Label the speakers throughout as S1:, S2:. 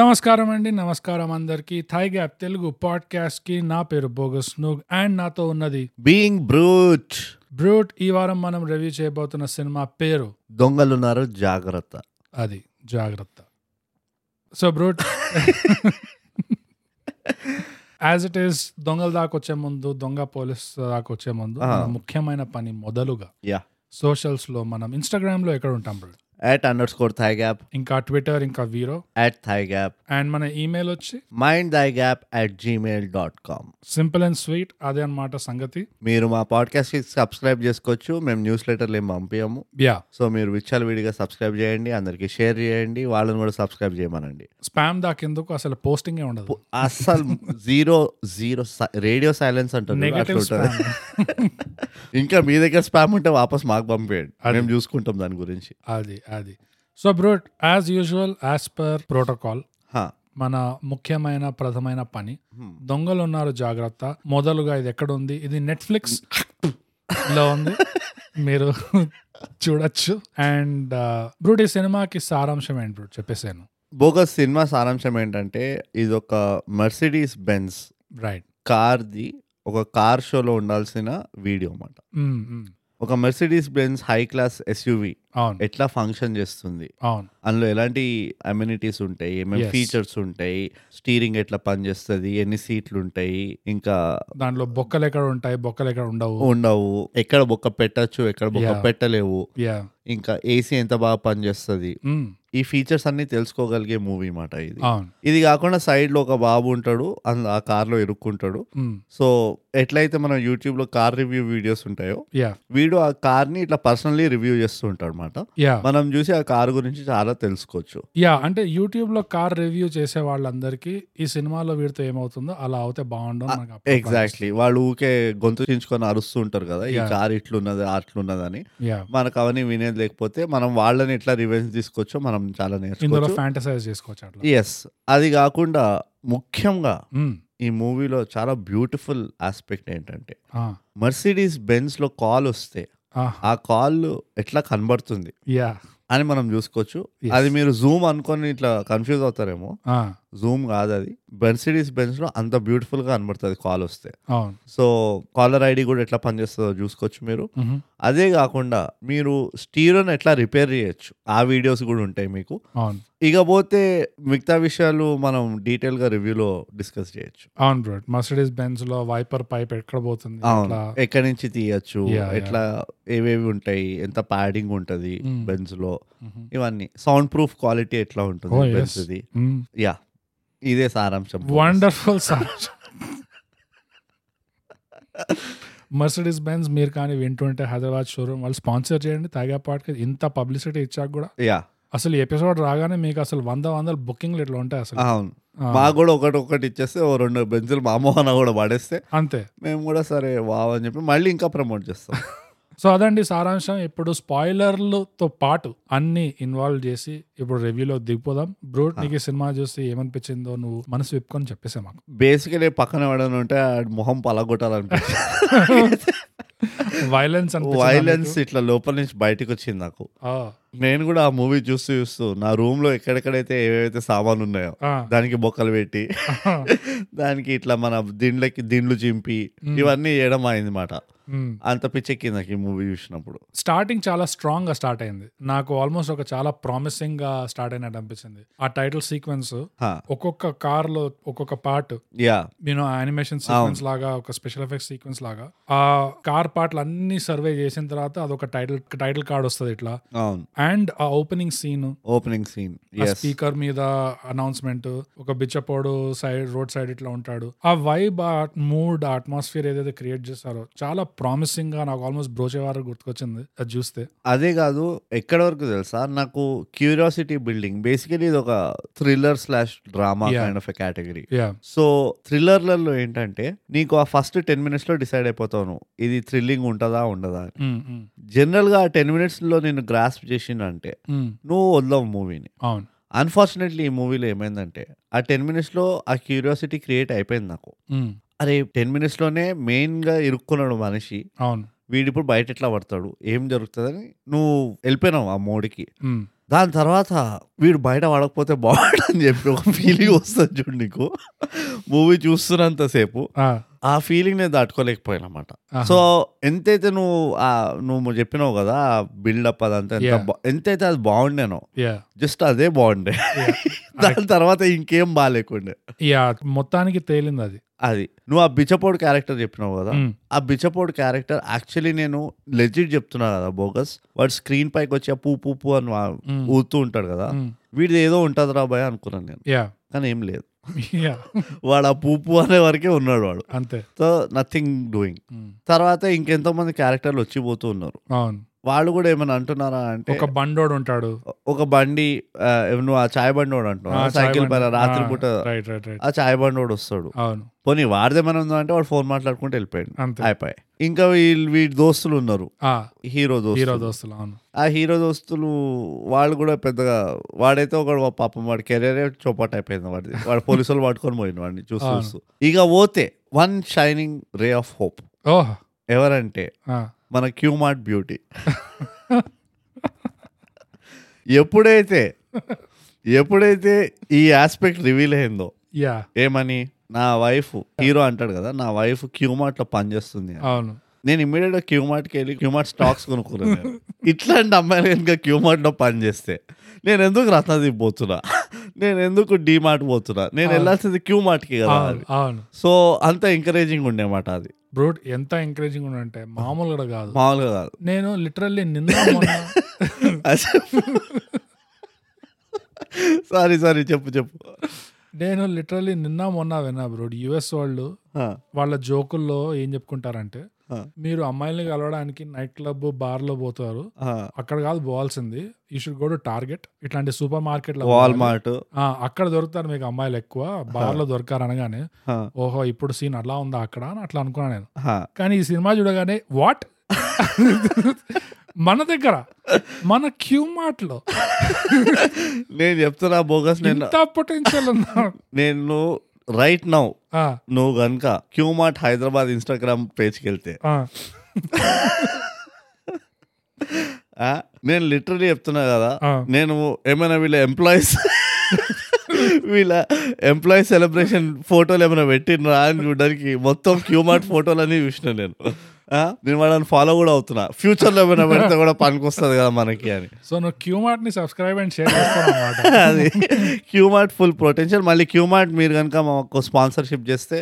S1: నమస్కారం అండి నమస్కారం అందరికీ థై గ్యాప్ తెలుగు పాడ్కాస్ట్ కి నా పేరు బోగస్ నుగ్ అండ్ నాతో ఉన్నది
S2: బీయింగ్ బ్రూట్
S1: బ్రూట్ ఈ వారం మనం రివ్యూ చేయబోతున్న సినిమా పేరు
S2: దొంగలున్నారు జాగ్రత్త
S1: అది జాగ్రత్త so Brute as it is దొంగల దాకా వచ్చే ముందు దొంగ పోలీస్ దాకా వచ్చే ముందు
S2: Ah.
S1: మన ముఖ్యమైన పని మొదలుగా
S2: Yeah.
S1: సోషల్స్ లో మనం ఇన్స్టాగ్రామ్ లో ఎక్కడ ఉంటాం brute
S2: at underscore thigh gap
S1: ఇంకా ట్విట్టర్ ఇంకా వీరో
S2: అట్ థై గ్యాప్
S1: అండ్ మన ఈమెయిల్ వచ్చి
S2: mind thigh gap at Gmail dot com
S1: simple and sweet అదే అన్నమాట సంగతి
S2: మీరు మా పాడ్కాస్ట్కి సబ్స్క్రైబ్ చేసుకోవచ్చు మేము న్యూస్ లెటర్లు ఏం పంపించాము
S1: యా
S2: సో మీరు విచ్చాలు విడిగా సబ్స్క్రైబ్ చేయండి అందరికీ షేర్ చేయండి వాళ్ళని కూడా సబ్స్క్రైబ్ చేయమనండి
S1: స్పామ్ దాకెందుకు అసలు పోస్టింగే ఉండదు
S2: అస్సలు zero zero radio silence
S1: negative
S2: అంటారు ఇంకా మీ దగ్గర స్పామ్ ఉంటే వాపస్ మాకు పంపేయండి మేము చూసుకుంటాం దాని గురించి
S1: అది అది so Brute as usual as per protocol
S2: హా.
S1: మన ముఖ్యమైన ప్రథమైన పని
S2: Hmm.
S1: దొంగలు ఉన్నారు జాగ్రత్త మొదలుగా ఇది ఎక్కడ ఉంది ఇది నెట్ఫ్లిక్స్ లో ఉంది మీరు చూడొచ్చు అండ్ బ్రూట్ ఈ సినిమాకి సారాంశం ఏంటి బ్రూట్ చెప్పేసాను
S2: బోగస్ సినిమా సారాంశం ఏంటంటే ఇది ఒక మర్సిడీస్ బెన్స్
S1: రైట్
S2: కార్ది ఒక కార్ షోలో ఉండాల్సిన వీడియో అన్నమాట
S1: Mm,
S2: ఒక Mercedes Benz high class SUV
S1: అవును
S2: ఎట్లా ఫంక్షన్ చేస్తుంది
S1: అవును
S2: అందులో ఎలాంటి అమ్యూనిటీస్ ఉంటాయి ఏమేమి
S1: Yes.
S2: ఫీచర్స్ ఉంటాయి స్టీరింగ్ ఎట్లా పనిచేస్తుంది ఎన్ని సీట్లు ఉంటాయి ఇంకా
S1: దాంట్లో బొక్కలు ఎక్కడ ఉంటాయి బొక్కలు ఎక్కడ ఉండవు
S2: ఉండవు ఎక్కడ బొక్క పెట్టచ్చు ఎక్కడ బొక్క
S1: Yeah.
S2: పెట్టలేవు
S1: యా
S2: ఇంకా ఏసీ ఎంత బాగా పనిచేస్తుంది ఈ ఫీచర్స్ అన్ని తెలుసుకోగలిగే మూవీ మాట ఇది
S1: అవును
S2: ఇది కాకుండా సైడ్ లో ఒక బాబు ఉంటాడు అంద- ఆ కార్లో ఇరుక్కుంటాడు
S1: Mm.
S2: సో ఎట్లయితే మన యూట్యూబ్ లో కార్ రివ్యూ వీడియోస్ ఉంటాయో
S1: యా
S2: వీడు ఆ కార్ ని ఇట్లా పర్సనల్లీ రివ్యూ చేస్తూ ఉంటాడు అనమాట
S1: యా
S2: మనం చూసి ఆ కార్ గురించి చాలా తెలుసుకోవచ్చు
S1: యా అంటే యూట్యూబ్ లో కార్ రివ్యూ చేసే వాళ్ళందరికీ ఈ సినిమాలో వీడితో ఏమవుతుందో అలా అవుతే బాగుండు అని నాకు అప్పుడు
S2: ఎగ్జాక్ట్లీ వాళ్ళు ఊకే గొంతు చించుకొని అరుస్తూ ఉంటారు కదా ఈ
S1: Yeah.
S2: కార్ ఇట్లున్నది అట్లున్నది అని
S1: అనిపిస్తుంది. యా
S2: మనకు అవన్నీ వినేది లేకపోతే మనం వాళ్ళని ఎట్లా రివెంజ్ తీసుకోవచ్చో మనం చాలా
S1: ఇందులో
S2: నేర్చుకోవచ్చు
S1: ఫ్యాంటసైజ్ చేసుకోవచ్చు అట్లా
S2: ఎస్ అది కాకుండా ముఖ్యంగా
S1: మ్మ్.
S2: ఈ మూవీలో చాలా బ్యూటిఫుల్ ఆస్పెక్ట్ ఏంటంటే
S1: ఆ.
S2: మర్సిడీస్ బెన్స్ లో కాల్ వస్తే
S1: ఆ.
S2: ఆ కాల్ ఎట్లా కనబడుతుంది
S1: యా
S2: అని మనం చూసుకోవచ్చు
S1: Yes.
S2: అది మీరు జూమ్ అనుకొని ఇట్లా కన్ఫ్యూజ్ అవుతారేమో
S1: ఆ.
S2: జూమ్ కాదు అది బెన్సిడీస్ బెన్స్ లో అంత బ్యూటిఫుల్ గా కనబడుతుంది కాల్ వస్తే
S1: అవును
S2: సో కాలర్ ఐడి కూడా ఎట్లా పనిచేస్తుందో చూసుకోవచ్చు మీరు
S1: మ్హూ.
S2: అదే కాకుండా మీరు స్టీరోని ఎట్లా రిపేర్ చేయొచ్చు ఆ వీడియోస్ కూడా ఉంటాయి మీకు
S1: అవును
S2: ఇకపోతే మిగతా విషయాలు మనం డీటెయిల్ గా రివ్యూలో డిస్కస్ చేయొచ్చు
S1: అవును బ్రో మర్సిడీస్ బెంజ్ లో వైపర్ పైప్ ఎక్కడ పోతుంది
S2: అవును
S1: అట్లా.
S2: ఎక్కడి నుంచి తీయచ్చు
S1: Yeah, yeah.
S2: ఎట్లా ఏవేవి ఉంటాయి ఎంత ప్యాడింగ్ ఉంటది
S1: Mm.
S2: బెన్స్ లో
S1: మ్హూ.
S2: ఇవన్నీ సౌండ్ ప్రూఫ్ క్వాలిటీ ఎట్లా
S1: Oh,
S2: ఉంటుంది
S1: yes.
S2: బెన్స్ ఇది
S1: మ్మ్.
S2: యా ఇదే సారాంశం
S1: వండర్ఫుల్ సార్ మర్సిడీస్ బెంజ్ మీరు కానీ వింటుంటే హైదరాబాద్ షోరూమ్ వాళ్ళు స్పాన్సర్ చేయండి తాగా పాటకి ఇంత పబ్లిసిటీ ఇచ్చాక కూడా
S2: యా
S1: అసలు ఎపిసోడ్ రాగానే మీకు అసలు వంద వందల బుకింగ్లు ఇట్లా ఉంటాయి అసలు
S2: అవును
S1: ఆ,
S2: మాకు కూడా ఒకటి ఒకటి ఇచ్చేస్తే ఓ రెండు బెంచులు మా అమ్మవాన కూడా పడేస్తే
S1: అంతే
S2: మేము కూడా సరే వావ్ అని చెప్పి మళ్ళీ ఇంకా ప్రమోట్ చేస్తాం
S1: సో అదండి సారాంశం ఇప్పుడు స్పాయిలర్లతో పాటు అన్ని ఇన్వాల్వ్ చేసి ఇప్పుడు రివ్యూలో దిగిపోదాం బ్రూట్ నీకు ఈ సినిమా చూసి ఏమనిపించిందో నువ్వు మనసు విప్పుకొని చెప్పేసే మాకు
S2: బేసికలీ పక్కన ఎవడని ఉంటే ఆడి మొహం పలగొట్టాలనిపించింది
S1: వైలెన్స్
S2: వైలెన్స్ ఇట్లా లోపల నుంచి బయటకు వచ్చింది నాకు నేను కూడా ఆ మూవీ చూస్తూ చూస్తూ నా రూమ్ లో ఎక్కడెక్కడైతే ఏవైతే సామాన్లు ఉన్నాయో దానికి బొక్కలు పెట్టి దానికి ఇట్లా మన దిండ్లకి దిండ్లు చింపి
S1: Hmm.
S2: ఇవన్నీ చేయడం అయింది మాట అంత పిచ్చెక్కింది నాకు ఈ మూవీ చూసినప్పుడు
S1: స్టార్టింగ్ చాలా స్ట్రాంగ్ గా స్టార్ట్ అయింది నాకు ఆల్మోస్ట్ ఒక చాలా ప్రామిసింగ్ గా స్టార్ట్ అయినట్టు అనిపించింది ఆ టైటిల్ సీక్వెన్స్
S2: హా,
S1: ఒక్కొక్క కార్ లో ఒక్కొక్క part
S2: yeah
S1: you know animation sequence లాగా ఒక స్పెషల్ ఎఫెక్ట్స్ సీక్వెన్స్ లాగా ఆ కార్ పార్ట్లు అన్ని సర్వే చేసిన తర్వాత అదొక టైటిల్ టైటిల్ కార్డ్ వస్తుంది ఇట్లా
S2: అవును
S1: అండ్ ఆ ఓపెనింగ్ సీన్
S2: ఓపెనింగ్ సీన్ ఎస్
S1: స్పీకర్ మీద అనౌన్స్మెంట్ ఒక బిచ్చపోడు సైడ్ రోడ్ సైడ్ ఇట్లా ఉంటాడు ఆ వైబ్ ఆ మూడ్ ఆ అట్మాస్ఫియర్ ఏదైతే క్రియేట్ చేస్తారో చాలా ప్రామిసింగ్ గా నాకు ఆల్మోస్ట్ బ్రోచే వారు గుర్తుకొచ్చింది అది చూస్తే
S2: అదే కాదు ఎక్కడ వరకు తెలుసా నాకు క్యూరియాసిటీ బిల్డింగ్ బేసికలీ ఇది ఒక thriller slash drama
S1: Yeah.
S2: Kind of a category
S1: yeah
S2: so థ్రిల్లర్లలో ఏంటంటే నీకు ఆ ఫస్ట్ టెన్ మినిట్స్లో డిసైడ్ అయిపోతావు నువ్వు. ఇది థ్రిల్లింగ్ ఉంటుందా ఉండదా అని
S1: Mm,
S2: జనరల్గా ఆ టెన్ మినిట్స్లో నేను గ్రాస్ప్ చేసిందంటే నువ్వు వదలవు మూవీని
S1: mm. అవును
S2: అన్ఫార్చునేట్లీ ఈ మూవీలో ఏమైందంటే ఆ టెన్ మినిట్స్లో ఆ క్యూరియాసిటీ క్రియేట్ అయిపోయింది నాకు
S1: Mm.
S2: అరే టెన్ మినిట్స్లోనే మెయిన్గా ఇరుక్కున్నాడు మనిషి
S1: అవును
S2: వీడిప్పుడు బయట ఎట్లా పడతాడు ఏం జరుగుతుందని నువ్వు వెళ్ళిపోయినావు ఆ మోడికి
S1: Mm.
S2: దాని తర్వాత వీడు బయట పడకపోతే బాగుండు అని చెప్పి ఒక ఫీలింగ్ వస్తుంది చూడు నీకు మూవీ చూస్తున్నంతసేపు ఆ ఫీలింగ్ నేను దాటుకోలేకపోయాను అనమాట
S1: ఆహా.
S2: సో ఎంతైతే నువ్వు ఆ నువ్వు చెప్పినావు కదా బిల్డప్ అదంతా ఎంత
S1: Yeah.
S2: బా- ఎంతైతే అది బాగుండేనో
S1: యా
S2: జస్ట్ అదే బాగుండే దాని తర్వాత ఇంకేం బాగాలేకుండే
S1: యా మొత్తానికి తేలింది అది Mm,
S2: అది నువ్వు ఆ బిచ్చపోడు క్యారెక్టర్ చెప్పినావు కదా
S1: మ్.
S2: ఆ బిచ్చపోడు క్యారెక్టర్ యాక్చువల్లీ నేను లెజిట్ చెప్తున్నా కదా బోగస్ వాడు స్క్రీన్ పైకి వచ్చి ఆ పూ పూ పూ అని వా-
S1: మ్.
S2: ఊతూ ఉంటాడు కదా
S1: మ్.
S2: వీడిది ఏదో ఉంటుంది రా భయ అనుకున్నాను నేను
S1: యా
S2: కానీ ఏం లేదు
S1: యా
S2: వాడు ఆ పూ పూ అనే వరకే ఉన్నాడు వాడు
S1: అంతే
S2: సో నథింగ్ డూయింగ్
S1: మ్.
S2: తర్వాత ఇంకెంతో మంది క్యారెక్టర్లు వచ్చి పోతూ ఉన్నారు
S1: అవును
S2: వాళ్ళు కూడా ఏమైనా అంటున్నారా అంటే
S1: ఒక బండోడు ఉంటాడు
S2: ఒక బండి ఆ, నువ్వు ఆ చాయ్ బండి వాడు అంటున్నావు సైకిల్ పైన రాత్రి పూట
S1: రైట్ రైట్ రైట్
S2: ఆ చాయ్ బండి వాడు వస్తాడు
S1: అవును
S2: పోనీ వాడిదేమైనా ఉందా అంటే వాడు ఫోన్ మాట్లాడుకుంటూ వెళ్ళిపోయాడు
S1: అంతే
S2: అయిపోయాయి ఇంకా వీళ్ళు వీడి దోస్తులు ఉన్నారు
S1: ఆ
S2: హీరో
S1: హీరో
S2: దోస్తులు
S1: దోస్తులు అవును
S2: ఆ హీరో దోస్తులు వాళ్ళు కూడా పెద్దగా వాడైతే ఒకడు వా- పాపం వాడి కెరీరే చౌపాట్ అయిపోయింది వాడిది వాడు పోలీసులు పట్టుకొని పోయింది వాడిని చూసి
S1: అవును.
S2: చూస్తూ ఇక పోతే one shining ray of hope
S1: oh
S2: ఎవరంటే
S1: ఆ,
S2: మన క్యూమార్ట్ బ్యూటీ ఎప్పుడైతే ఎప్పుడైతే ఈ ఆస్పెక్ట్ రివీల్ అయిందో
S1: యా
S2: ఏమని నా వైఫ్ హీరో అంటాడు కదా నా వైఫ్ క్యూమార్ట్ లో పనిచేస్తుంది అని.
S1: అవును
S2: నేను ఇమ్మీడియట్ గా క్యూమార్ట్ కి వెళ్ళి క్యూమార్ట్ స్టాక్స్ కొనుక్కున్నాను నేను. ఇట్లాంటి అమ్మాయిలు కనుక క్యూమార్ట్ లో పనిచేస్తే నేను ఎందుకు రత్నదీప్ పోతున్నా నేను ఎందుకు డీమార్ట్ పోతున్నా నేను వెళ్ళాల్సింది క్యూమార్ట్ కి కదా
S1: అవును
S2: అది.
S1: అవును
S2: సో అంత ఎంకరేజింగ్ ఉండేమాట అది
S1: బ్రూట్ ఎంత ఎంకరేజింగ్ ఉందంటే మామూలుగా కాదు
S2: మామూలుగా కాదు
S1: నేను లిటరల్లీ నిన్న మొన్న
S2: సారీ సారీ చెప్పు చెప్పు
S1: నేను లిటరల్లీ నిన్న మొన్న విన్నా బ్రూట్ యుఎస్ వాళ్ళు
S2: ఆ,
S1: వాళ్ళ జోకుల్లో ఏం చెప్పుకుంటారంటే
S2: ఆ,
S1: మీరు అమ్మాయిల్ని కలవడానికి నైట్ క్లబ్ బార్లో పోతారు
S2: ఆ.
S1: అక్కడ కాదు పోవాల్సింది you should go to Target ఇట్లాంటి సూపర్ మార్కెట్లో
S2: వాల్మార్ట్
S1: ఆ, అక్కడ దొరుకుతారు మీకు అమ్మాయిలు ఎక్కువ బార్లో దొరకారు అనగానే
S2: ఆ,
S1: ఓహో ఇప్పుడు సీన్ అలా ఉందా అక్కడ అని అట్లా అనుకున్నాను నేను
S2: ఆ.
S1: కానీ ఈ సినిమా చూడగానే వాట్ మన దగ్గర మన క్యూ మార్ట్లో
S2: నేను చెప్తున్నా బోగస్ నేను
S1: ఎంత పొటెన్షియల్ ఉందా
S2: నేను రైట్ నౌ
S1: ఆ,
S2: నువ్వు కనుక క్యూమార్ట్ హైదరాబాద్ ఇన్స్టాగ్రామ్ పేజ్కి వెళ్తే
S1: ఆ,
S2: ఆ, నేను లిటరలీ చెప్తున్నా కదా
S1: ఆ.
S2: నేను ఏమైనా వీళ్ళ ఎంప్లాయీస్ వీళ్ళ ఎంప్లాయీ సెలబ్రేషన్ ఫోటోలు ఏమైనా పెట్టినరా అని చూడడానికి మొత్తం క్యూమార్ట్ ఫోటోలు అన్నీ చూసిన నేను ఆ, నేను వాళ్ళని ఫాలో కూడా అవుతున్నా ఫ్యూచర్లో ఏమైనా పెడితే కూడా పనికొస్తుంది కదా మనకి అని
S1: సో నువ్వు క్యూ మార్ట్ ని సబ్స్క్రైబ్ అండ్ షేర్ చేస్తాను అనమాట
S2: అది క్యూమార్ట్ ఫుల్ పొటెన్షియల్ మళ్ళీ క్యూమార్ట్ మీరు కనుక మాకు స్పాన్సర్షిప్ చేస్తే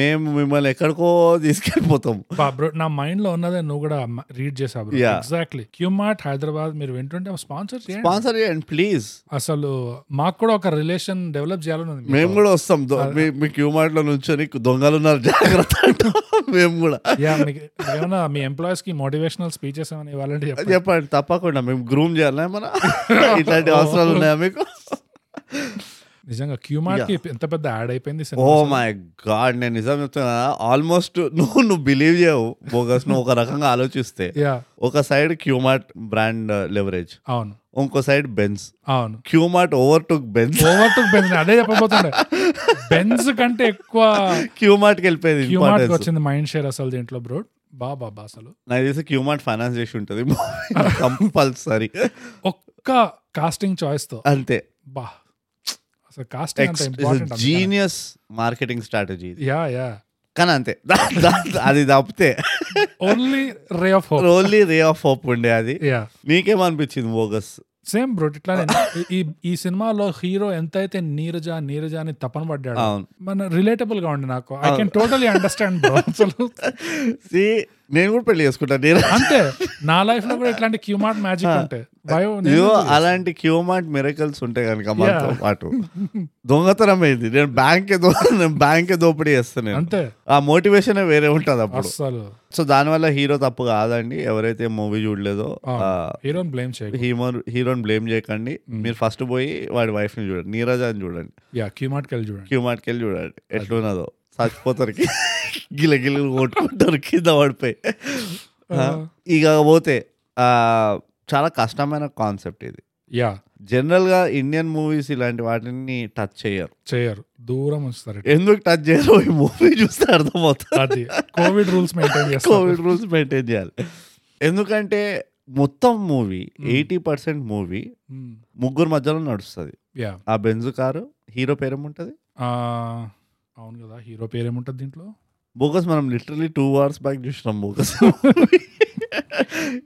S2: మేము మిమ్మల్ని ఎక్కడికో తీసుకెళ్ళిపోతాం
S1: బ్రో నా మైండ్ లో ఉన్నదే నువ్వు కూడా రీడ్ చేసావు bro
S2: Yeah.
S1: Exactly Q Mart Hyderabad మీరు వింటుంటే స్పాన్సర్ చేయండి
S2: స్పాన్సర్ చేయండి ప్లీజ్
S1: అసలు మాకు కూడా ఒక రిలేషన్ డెవలప్ చేయాలని ఉంది
S2: మేము కూడా వస్తాం దొ- మీ- మీ క్యూమార్ట్ లో నుంచొని దొంగలు ఉన్నారు జాగ్రత్త అంటాం. మేము కూడా
S1: యా మీకు ఏమన్నా మీ ఎంప్లాయీస్ కి మోటివేషనల్ స్పీచెస్ ఏమైనా ఇవ్వాలంటే చెప్పండి.
S2: చెప్పండి తప్పకుండా మేము గ్రూమ్ చేయాలి మన ఇట్లాంటి అవసరాలు ఉన్నాయా మీకు
S1: నిజంగా క్యూ మార్ట్ కి ఎంత పెద్ద యాడ్ అయిపోయింది ఈ
S2: ఓ
S1: సినిమా
S2: మై గాడ్ నేను నిజం చెప్తున్నా ఆల్మోస్ట్ నువ్వు నువ్వు బిలీవ్ చేయవు బోగస్ నువ్వు ఒక రకంగా ఆలోచిస్తే
S1: యా
S2: ఒక సైడ్ క్యూమార్ట్ బ్రాండ్ లెవరేజ్
S1: అవును
S2: ఇంకో సైడ్ బెన్స్
S1: అవును
S2: Q Mart over took Benz
S1: over took Benz అదే చెప్పబోతుండే బెంజ్ కంటే ఎక్కువ
S2: క్యూమార్ట్ కి వెళ్ళిపోయింది
S1: హ్యూమార్ట్
S2: ఇంపార్టెన్స్
S1: వచ్చింది మైండ్ షేర్ అసలు దీంట్లో బ్రో బా బా బా అసలు
S2: నాకు తెలిసి క్యూమార్ట్ ఫైనాన్స్ చేసి ఉంటుంది కంపల్సరీ
S1: ఒక్క కాస్టింగ్ చాయిస్ తో
S2: అంతే
S1: బా అసలు కాస్టింగ్ అంత ఇంపార్టెంట్
S2: జీనియస్ మార్కెటింగ్ స్ట్రాటజీ ఇది
S1: యా యా
S2: కానీ అంతే దా- దా- అది తప్పితే
S1: only ray of hope
S2: only ray of hope ఉండే అది
S1: యా
S2: నీకేమనిపించింది బోగస్
S1: సేమ్ బ్రో ఇట్లా ఈ ఈ సినిమాలో హీరో ఎంతైతే నీరజ నీరజ అని తపన పడ్డాడు
S2: అవును
S1: మన రిలేటబుల్ గా ఉండి నాకు I can totally understand bro అసలు
S2: See, నేను కూడా పెళ్లి చేసుకుంటా నేను
S1: అంతే నా లైఫ్ లో కూడా ఇట్లాంటి క్యూమార్ట్ మ్యాజిక్ ఉంటాయి భయం నేను-
S2: ఇదిగో అలాంటి క్యూమార్ట్ మిరకల్స్ ఉంటాయి కనుక మనతో పాటు దొంగతనం అయింది నేను బ్యాంకే దో నేను బ్యాంకే దోపిడీ చేస్తాను
S1: అంతే
S2: ఆ మోటివేషన్ వేరే ఉంటుంది అప్పుడు
S1: అస్సలు
S2: సో దానివల్ల హీరో తప్పు కాదండి ఎవరైతే మూవీ చూడలేదో
S1: అవును.
S2: ఆ,
S1: హీరోని బ్లేమ్ చేయకు
S2: హీమో హీరోని బ్లేమ్ చేయకండి
S1: Hmm.
S2: మీరు ఫస్ట్ పోయి వాడి wife ని చూడండి నీరజ అని చూడండి
S1: యా క్యూమార్ట్ కెళ్ళి చూడండి
S2: క్యూమార్ట్కి వెళ్ళి చూడండి ఎట్లున్నదో చచ్చిపోతారు కి- గిలగిలు కొట్టుకుంటారు కింద పడిపోయి ఆ,
S1: Uh,
S2: ఇక పోతే ఆ, చాలా కష్టమైన కాన్సెప్ట్ ఇది
S1: యా
S2: జనరల్ గా ఇండియన్ మూవీస్ ఇలాంటి వాటిని టచ్ చేయరు
S1: చేయరు దూరం ఉంచుతారు
S2: ఎందుకు టచ్ చేయరు ఈ మూవీ చూస్తే అర్థమవుతుంది
S1: అది కోవిడ్ రూల్స్ మెయింటైన్ చేస్తారు
S2: కోవిడ్ రూల్స్ మెయింటైన్ చేయాలి ఎందుకంటే మొత్తం movie eighty percent movie
S1: Hmm.
S2: ముగ్గురు మధ్యలో నడుస్తుంది
S1: యా
S2: ఆ బెంజ్ కారు హీరో పేరేముంటది
S1: అవును కదా హీరో పేరేముంటది దీంట్లో
S2: బోకస్ మనం లిటరలీ టూ అవర్స్ బ్యాక్ చూసినాం బోకస్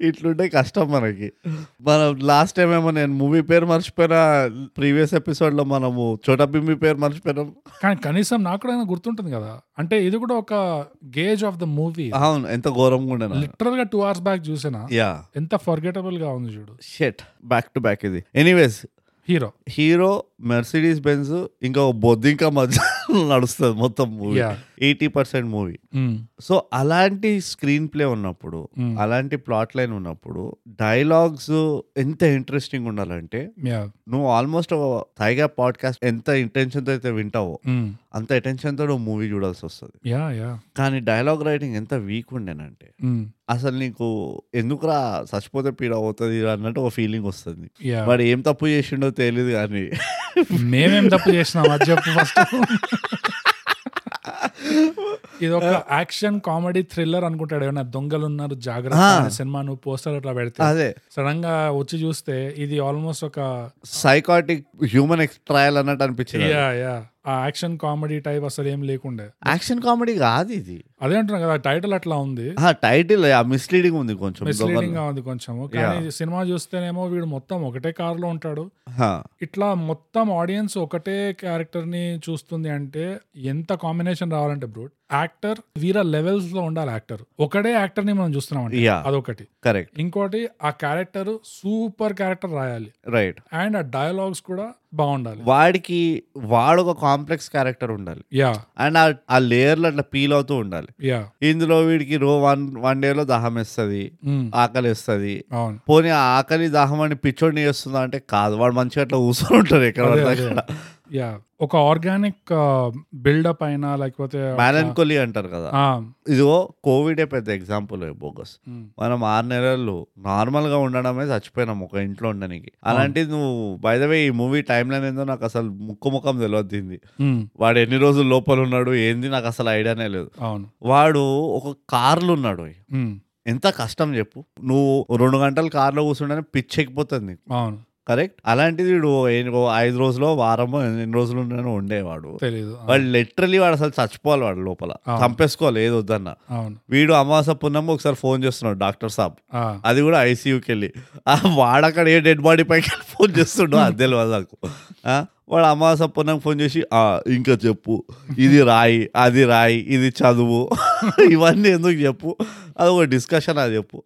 S2: ఇట్లుంటే కష్టం మనకి మనం లాస్ట్ టైం ఏమో నేను మూవీ పేరు మర్చిపోయినా ప్రీవియస్ ఎపిసోడ్ లో మనము చోటా బింబి పేరు మర్చిపోయినాం
S1: కానీ కనీసం నాకు కూడా ఏమైనా గుర్తుంటుంది కదా అంటే ఇది కూడా ఒక గేజ్ ఆఫ్ ద మూవీ
S2: అవును ఎంత ఘోరంగా ఉండేనా
S1: లిటరల్ గా టూ అవర్స్ బ్యాక్ చూసినా
S2: యా
S1: ఎంత ఫర్గెటబుల్ గా ఉంది చూడు
S2: షెట్ బ్యాక్ టు బ్యాక్ ఇది anyways
S1: hero
S2: hero Mercedes Benz ఇంకా బొద్దింకా మధ్య నడుస్తుంది మొత్తం movie
S1: Yeah.
S2: Eighty percent movie
S1: Mm,
S2: so అలాంటి స్క్రీన్ ప్లే ఉన్నప్పుడు అలాంటి ప్లాట్ లైన్ ఉన్నప్పుడు డైలాగ్స్ ఎంత ఇంట్రెస్టింగ్ ఉండాలంటే
S1: యా
S2: నువ్వు ఆల్మోస్ట్ తాయిగా పాడ్కాస్ట్ ఎంత ఇంటెన్షన్తో అయితే వింటావో
S1: mm.
S2: అంత attention తో నువ్వు మూవీ చూడాల్సి వస్తుంది
S1: యా యా
S2: కానీ డైలాగ్ రైటింగ్ ఎంత వీక్ ఉండేనంటే
S1: mm.
S2: అసలు నీకు ఎందుకురా చచ్చిపోతే పీడ అవుతుంది అన్నట్టు ఒక ఫీలింగ్ వస్తుంది
S1: యా
S2: వాడు ఏం తప్పు చేసిండో తెలియదు కానీ
S1: మేమేం తప్పు చేసినాం అది చెప్పు ఫస్ట్ ఇది ఒక యాక్షన్ కామెడీ థ్రిల్లర్ అనుకుంటాడు ఏమైనా దొంగలు ఉన్నారు జాగ్రత్త
S2: Ah.
S1: అనే సినిమా నువ్వు పోస్టర్ అట్లా పెడితే
S2: అదే
S1: సడన్ గా వచ్చి చూస్తే ఇది ఆల్మోస్ట్ ఒక
S2: సైకాటిక్ హ్యూమన్ ఎక్స్ ట్రయల్ అన్నట్టు అనిపించింది
S1: యా యా ఆ యాక్షన్ కామెడీ టైప్ అసలు ఏం లేకుండే
S2: యాక్షన్ కామెడీ కాదు ఇది
S1: అదే అంటున్నా కదా టైటిల్ అట్లా ఉంది
S2: ఆ టైటిల్ ఆ మిస్లీడింగ్ ఉంది కొంచెం
S1: మిస్లీడింగ్ గా ఉంది కొంచెం కానీ సినిమా చూస్తేనేమో వీడు మొత్తం ఒకటే కార్ లో ఉంటాడు
S2: హా,
S1: ఇట్లా మొత్తం ఆడియన్స్ ఒకటే క్యారెక్టర్ ని చూస్తుంది అంటే ఎంత కాంబినేషన్ రావాలంటే బ్రూట్ యాక్టర్ వీర లెవెల్స్ లో ఉండాలి యాక్టర్ ఒకడే యాక్టర్ ని మనం చూస్తున్నాం అంటే
S2: యా
S1: అదొకటి
S2: కరెక్ట్
S1: ఇంకోటి ఆ క్యారెక్టర్ సూపర్ క్యారెక్టర్ రాయాలి
S2: రైట్
S1: అండ్ ఆ డైలాగ్స్ కూడా బాగుండాలి
S2: వాడికి వాడు ఒక కాంప్లెక్స్ క్యారెక్టర్ ఉండాలి
S1: యా
S2: అండ్ ఆ లేయర్లు అట్లా పీల్ అవుతూ ఉండాలి
S1: యా
S2: ఇందులో వీడికి రో వన్ వన్ డేలో దాహం వేస్తుంది
S1: ఉమ్,
S2: ఆకలి వేస్తుంది
S1: Hmm. అవును
S2: పోనీ ఆ ఆకలి దాహం అని పిచ్చోడిని చేస్తుందా అంటే కాదు వాడు మంచిగా అట్లా కూర్చొని ఉంటారు ఎక్కడ
S1: అదే,
S2: పడితే
S1: అదే.
S2: అక్కడ
S1: యా ఒక ఆర్గానిక్ బిల్డప్ అయినా లేకపోతే ఒక-
S2: మేలన్కోలి అంటారు కదా
S1: ఆ, hmm.
S2: ఇదిగో కోవిడే పెద్ద ఎగ్జాంపుల్ బోగస్
S1: ఉమ్,
S2: మనం ఆరు నెలలు నార్మల్ గా ఉండడమే చచ్చిపోయినాం ఒక ఇంట్లో ఉండడానికి అలాంటిది నువ్వు బై ద వే ఈ మూవీ టైం లైన్ ఏందో నాకు అసలు ముక్కు ముఖం తెలియద్దింది
S1: ఉమ్,
S2: వాడు ఎన్ని రోజులు లోపల ఉన్నాడు ఏంది నాకు అసలు ఐడియానే లేదు
S1: అవును Hmm.
S2: వాడు ఒక కార్లు ఉన్నాడు
S1: ఉమ్,
S2: ఎంత కష్టం చెప్పు నువ్వు రెండు గంటలు కార్లో కూర్చుంటే పిచ్చెక్కిపోతుంది నీకు
S1: అవును
S2: కరెక్ట్ అలాంటిది వీడు ఏ- ఓ ఐదు రోజులో వారమో ఎన్ని రోజులు ఉండేనో ఉండేవాడు
S1: తెలీదు ఆ,
S2: వాడు లిటరలీ వాడు అసలు చచ్చిపోవాలి వాడు లోపల
S1: అవును.
S2: చంపేసుకోవాలి ఏది వద్దన్న
S1: అవును
S2: వీడు అమావాస పున్నమ్మ ఒకసారి ఫోన్ చేస్తున్నాడు డాక్టర్ సాబ్
S1: ఆ,
S2: అది కూడా ఐసీయూకి వెళ్ళి ఆ వాడు అక్కడ ఏ డెడ్ బాడీ పైకి వెళ్ళి ఫోన్ చేస్తుండో అది తెలియదు నాకు ఆ, వాడు అమావాస పున్నం ఫోన్ చేసి "ఆ, ఇంకా చెప్పు ఇది రాయి అది రాయి ఇది చదువు ఇవన్నీ ఎందుకు చెప్పు అది ఒక డిస్కషన్ అది చెప్పు